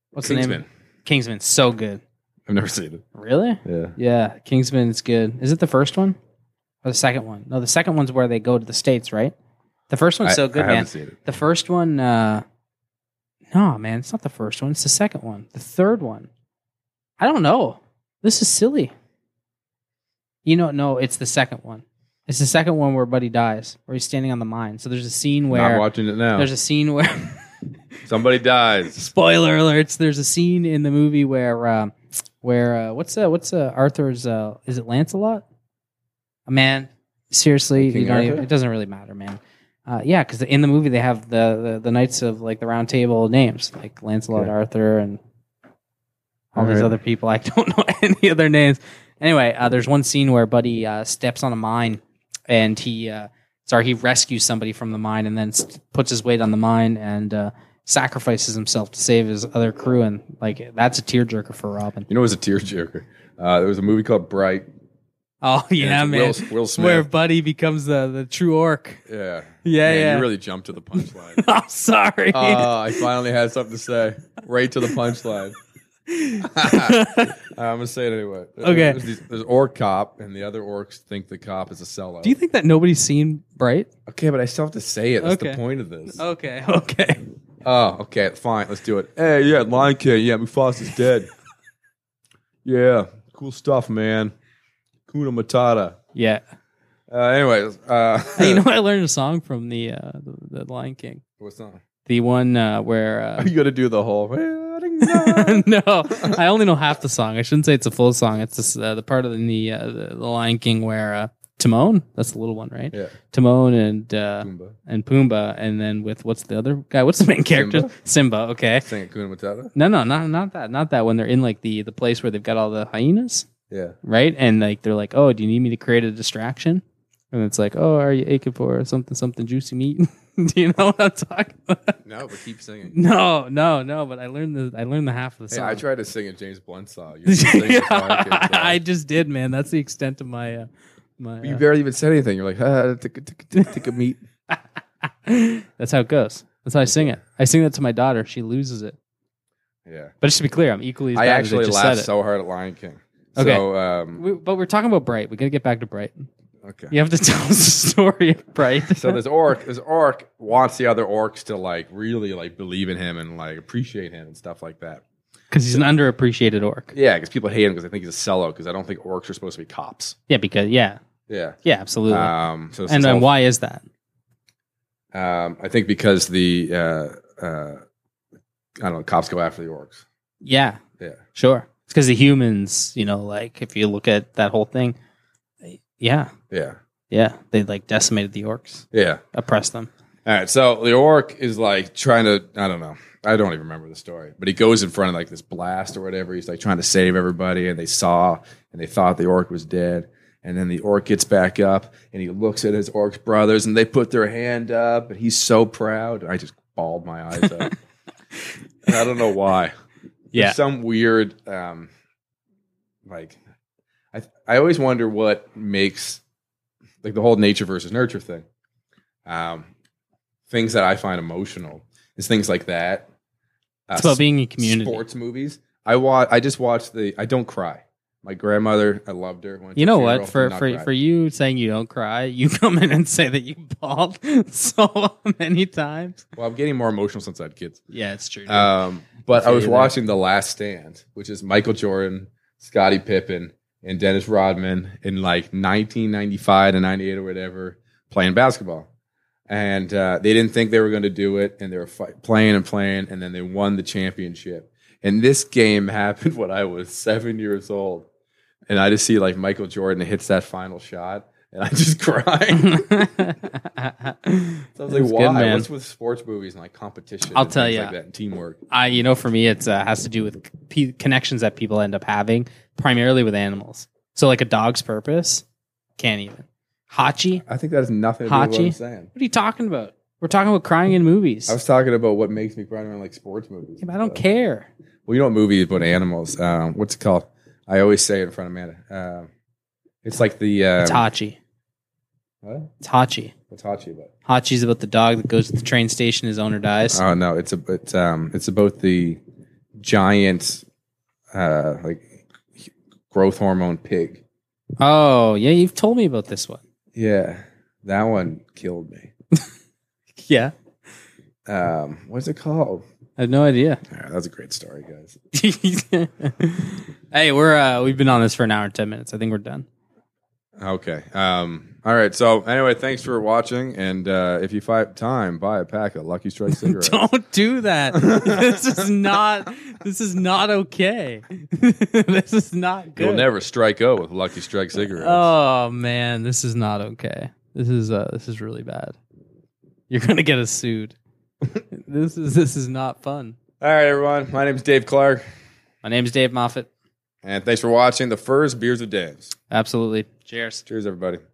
What's the
Kingsman.
name? Kingsman. So good.
I've never seen it.
Really?
Yeah.
Yeah, Kingsman is good. Is it the first one or the second one? No, the second one's where they go to the states, right? The first one's
I,
so good,
I
man.
haven't seen it.
The first one, uh, no, man, it's not the first one. It's the second one. The third one. I don't know. This is silly. You know, no, it's the second one. It's the second one where Buddy dies, where he's standing on the mine. So there's a scene
Not
where
watching it now.
there's a scene where [LAUGHS]
Somebody dies.
spoiler alerts. There's a scene in the movie where um, where uh, what's uh, what's uh, Arthur's uh, is it Lancelot? Uh, Man, seriously,
King
you don't even,
Arthur?
it doesn't really matter, man. Uh, yeah, because in the movie they have the, the the knights of like the round table names, like Lancelot,
Okay.
Arthur, and all these
Alright.
other people. I don't [LAUGHS] know any of their names. Anyway, uh, there's one scene where Buddy uh, steps on a mine, and he uh, sorry he rescues somebody from the mine, and then st- puts his weight on the mine and uh, sacrifices himself to save his other crew, and like that's a tearjerker for Robin.
You know, it was a tearjerker. Uh, there was a movie called Bright.
Oh yeah,
And
man,
it's Will, Will Smith.
where Buddy becomes the the true orc. [LAUGHS]
Yeah.
Yeah,
Man,
yeah.
You really jumped to
[LAUGHS]
the punchline.
I'm sorry. [LAUGHS]
Ah, I finally had something to say. Right to the punchline. [LAUGHS] Uh, I'm gonna say it anyway.
Okay.
There's, these, there's orc cop, and the other orcs think the cop is a sellout.
Do you think that nobody's seen Bright?
okay, but I still have to say it. That's the
Okay. Oh.
point of this.
Okay, [LAUGHS] okay.
Oh, okay, fine. Let's do it. Hey, yeah, Lion King. Yeah, Mufasa's dead.
[LAUGHS]
yeah, cool stuff, man. Kuna Matata.
Yeah.
Uh, anyways, uh,
Hey, you know, I learned a song from the uh, the, the Lion [LAUGHS] King.
[LAUGHS] what's that?
The one uh, where
Are
uh,
you gonna do the whole?
[LAUGHS] no, I only know half the song. I shouldn't say it's a full song. It's this, uh, the part of the, uh, the the Lion King where uh, Timon, that's the little one, right?
yeah,
Timon and uh,
Pumbaa.
and Pumbaa, and then with what's the other guy? What's the main character? Simba.
Simba?
okay.
Sing it, Kuna Matata.
No, no, not not that, not that. When they're in like the the place where they've got all the hyenas,
Yeah.
right? And like they're like, "Oh, do you need me to create a distraction?" And it's like, "Oh, are you aching for something something juicy meat?" [LAUGHS] do you know what I'm talking about? [LAUGHS]
No, but keep singing.
No, no, no. But I learned the I learned the half of the
Hey,
song.
I tried to sing a James
[LAUGHS]
Blunt song. You, didn't sing it,
yeah,
so I can't try.
[LAUGHS] I just did, man. That's the extent of my uh, my.
you
uh,
barely even said anything. You're like, ah, tick- tick- tick- tick a meat.
[LAUGHS] that's how it goes. That's how I sing it. I sing that to my daughter. She loses it.
[LAUGHS] Yeah.
But just to be clear, I'm equally. As
I
bad
actually
as I just
laughed
said it.
so hard at Lion King.
Okay.
So, um,
We- but we're talking about Bright. We gotta get back to Bright.
okay.
You have to [LAUGHS] tell us the story of Bright. [LAUGHS]
[LAUGHS] So this orc, this orc wants the other orcs to like really like believe in him and like appreciate him and stuff like that.
because he's an underappreciated orc.
Yeah, because people hate him because they think he's a sellout. Because I don't think orcs are supposed to be cops.
Yeah, because yeah,
Yeah.
yeah, absolutely.
Um. So this
and
is
then
all-
why is that?
Um, I think because the uh, uh, I don't know, cops go after the orcs.
Yeah,
Yeah.
sure. It's because the humans, you know, like if you look at that whole thing, yeah,
Yeah.
yeah, they like decimated the orcs,
Yeah.
oppressed them.
All right, so the orc is like trying to, I don't know, I don't even remember the story, but he goes in front of like this blast or whatever. He's like trying to save everybody, and they saw and they thought the orc was dead. And then the orc gets back up and he looks at his orc's brothers, and they put their hand up, and he's so proud. I just bawled my eyes out. and I don't know why.
Yeah,
There's some weird, um, like, I, I always wonder what makes, like, the whole nature versus nurture thing. Um, things that I find emotional is things like that. Uh,
it's about being a community.
Sports movies. I watch. I just watched the. I don't cry. My grandmother. I loved her. went to
You know
the
what? For
funeral, did
for
not
for
cry.
you saying you don't cry, you [LAUGHS] come in and say that you bawled [LAUGHS] so many times. Uh,
Well, I'm getting more emotional since I had kids.
Yeah, it's true. dude.
Um, but I
feel
was
you there.
watching The Last Stand, which is Michael Jordan, Scottie Pippen, and Dennis Rodman in like 1995 to 98 or whatever playing basketball. And uh, they didn't think they were going to do it, and they were fight, playing and playing, and then they won the championship. And this game [LAUGHS] happened when I was seven years old, and I just see like Michael Jordan hits that final shot, and I just [LAUGHS] cried.
[LAUGHS]
So I was like,
That's good,
why?
man.
What's with sports movies and like competition?
I'll
and
tell
things
ya.
like that and teamwork.
[LAUGHS] I, you know, for me, it uh, has to do with p- connections that people end up having, primarily with animals. So, like a dog's purpose, can't even. Hachi,
I think that has nothing to do with what I'm
Hachi?
saying.
what are you talking about? We're talking about crying in movies.
I was talking about what makes me cry during like sports movies.
Yeah, but I don't
Uh,
care.
Well, you know what movies, but animals. Um, what's it called? I always say it in front of Amanda. Um, it's like the um,
It's Hachi.
What?
It's Hachi.
What's Hachi about?
Hachi's about the dog that goes to the train station. His owner dies.
Oh no, it's a it's um it's about the giant uh like growth hormone pig.
oh, yeah, you've told me about this one.
Yeah, that one killed me.
Yeah,
Um, what's it called?
I have no
[LAUGHS]
idea.
All right, that's a great story, guys.
hey, we're uh, we've been on this for an hour and ten minutes. I think we're done.
Okay. Um. All right. So anyway, thanks for watching, and uh, if you find time, buy a pack of Lucky Strike cigarettes.
Don't do
[LAUGHS]
that. this is not. This is not okay. [LAUGHS] this is not good.
You'll never strike out with Lucky Strike cigarettes.
Oh man, this is not okay. This is uh, this is really bad. You're gonna get us
[LAUGHS]
sued. this is this is not fun.
All right, everyone. My name's Dave Clark,
My name's Dave Moffat.
and thanks for watching the first Beers of Dave's.
Absolutely. Cheers.
Cheers, everybody.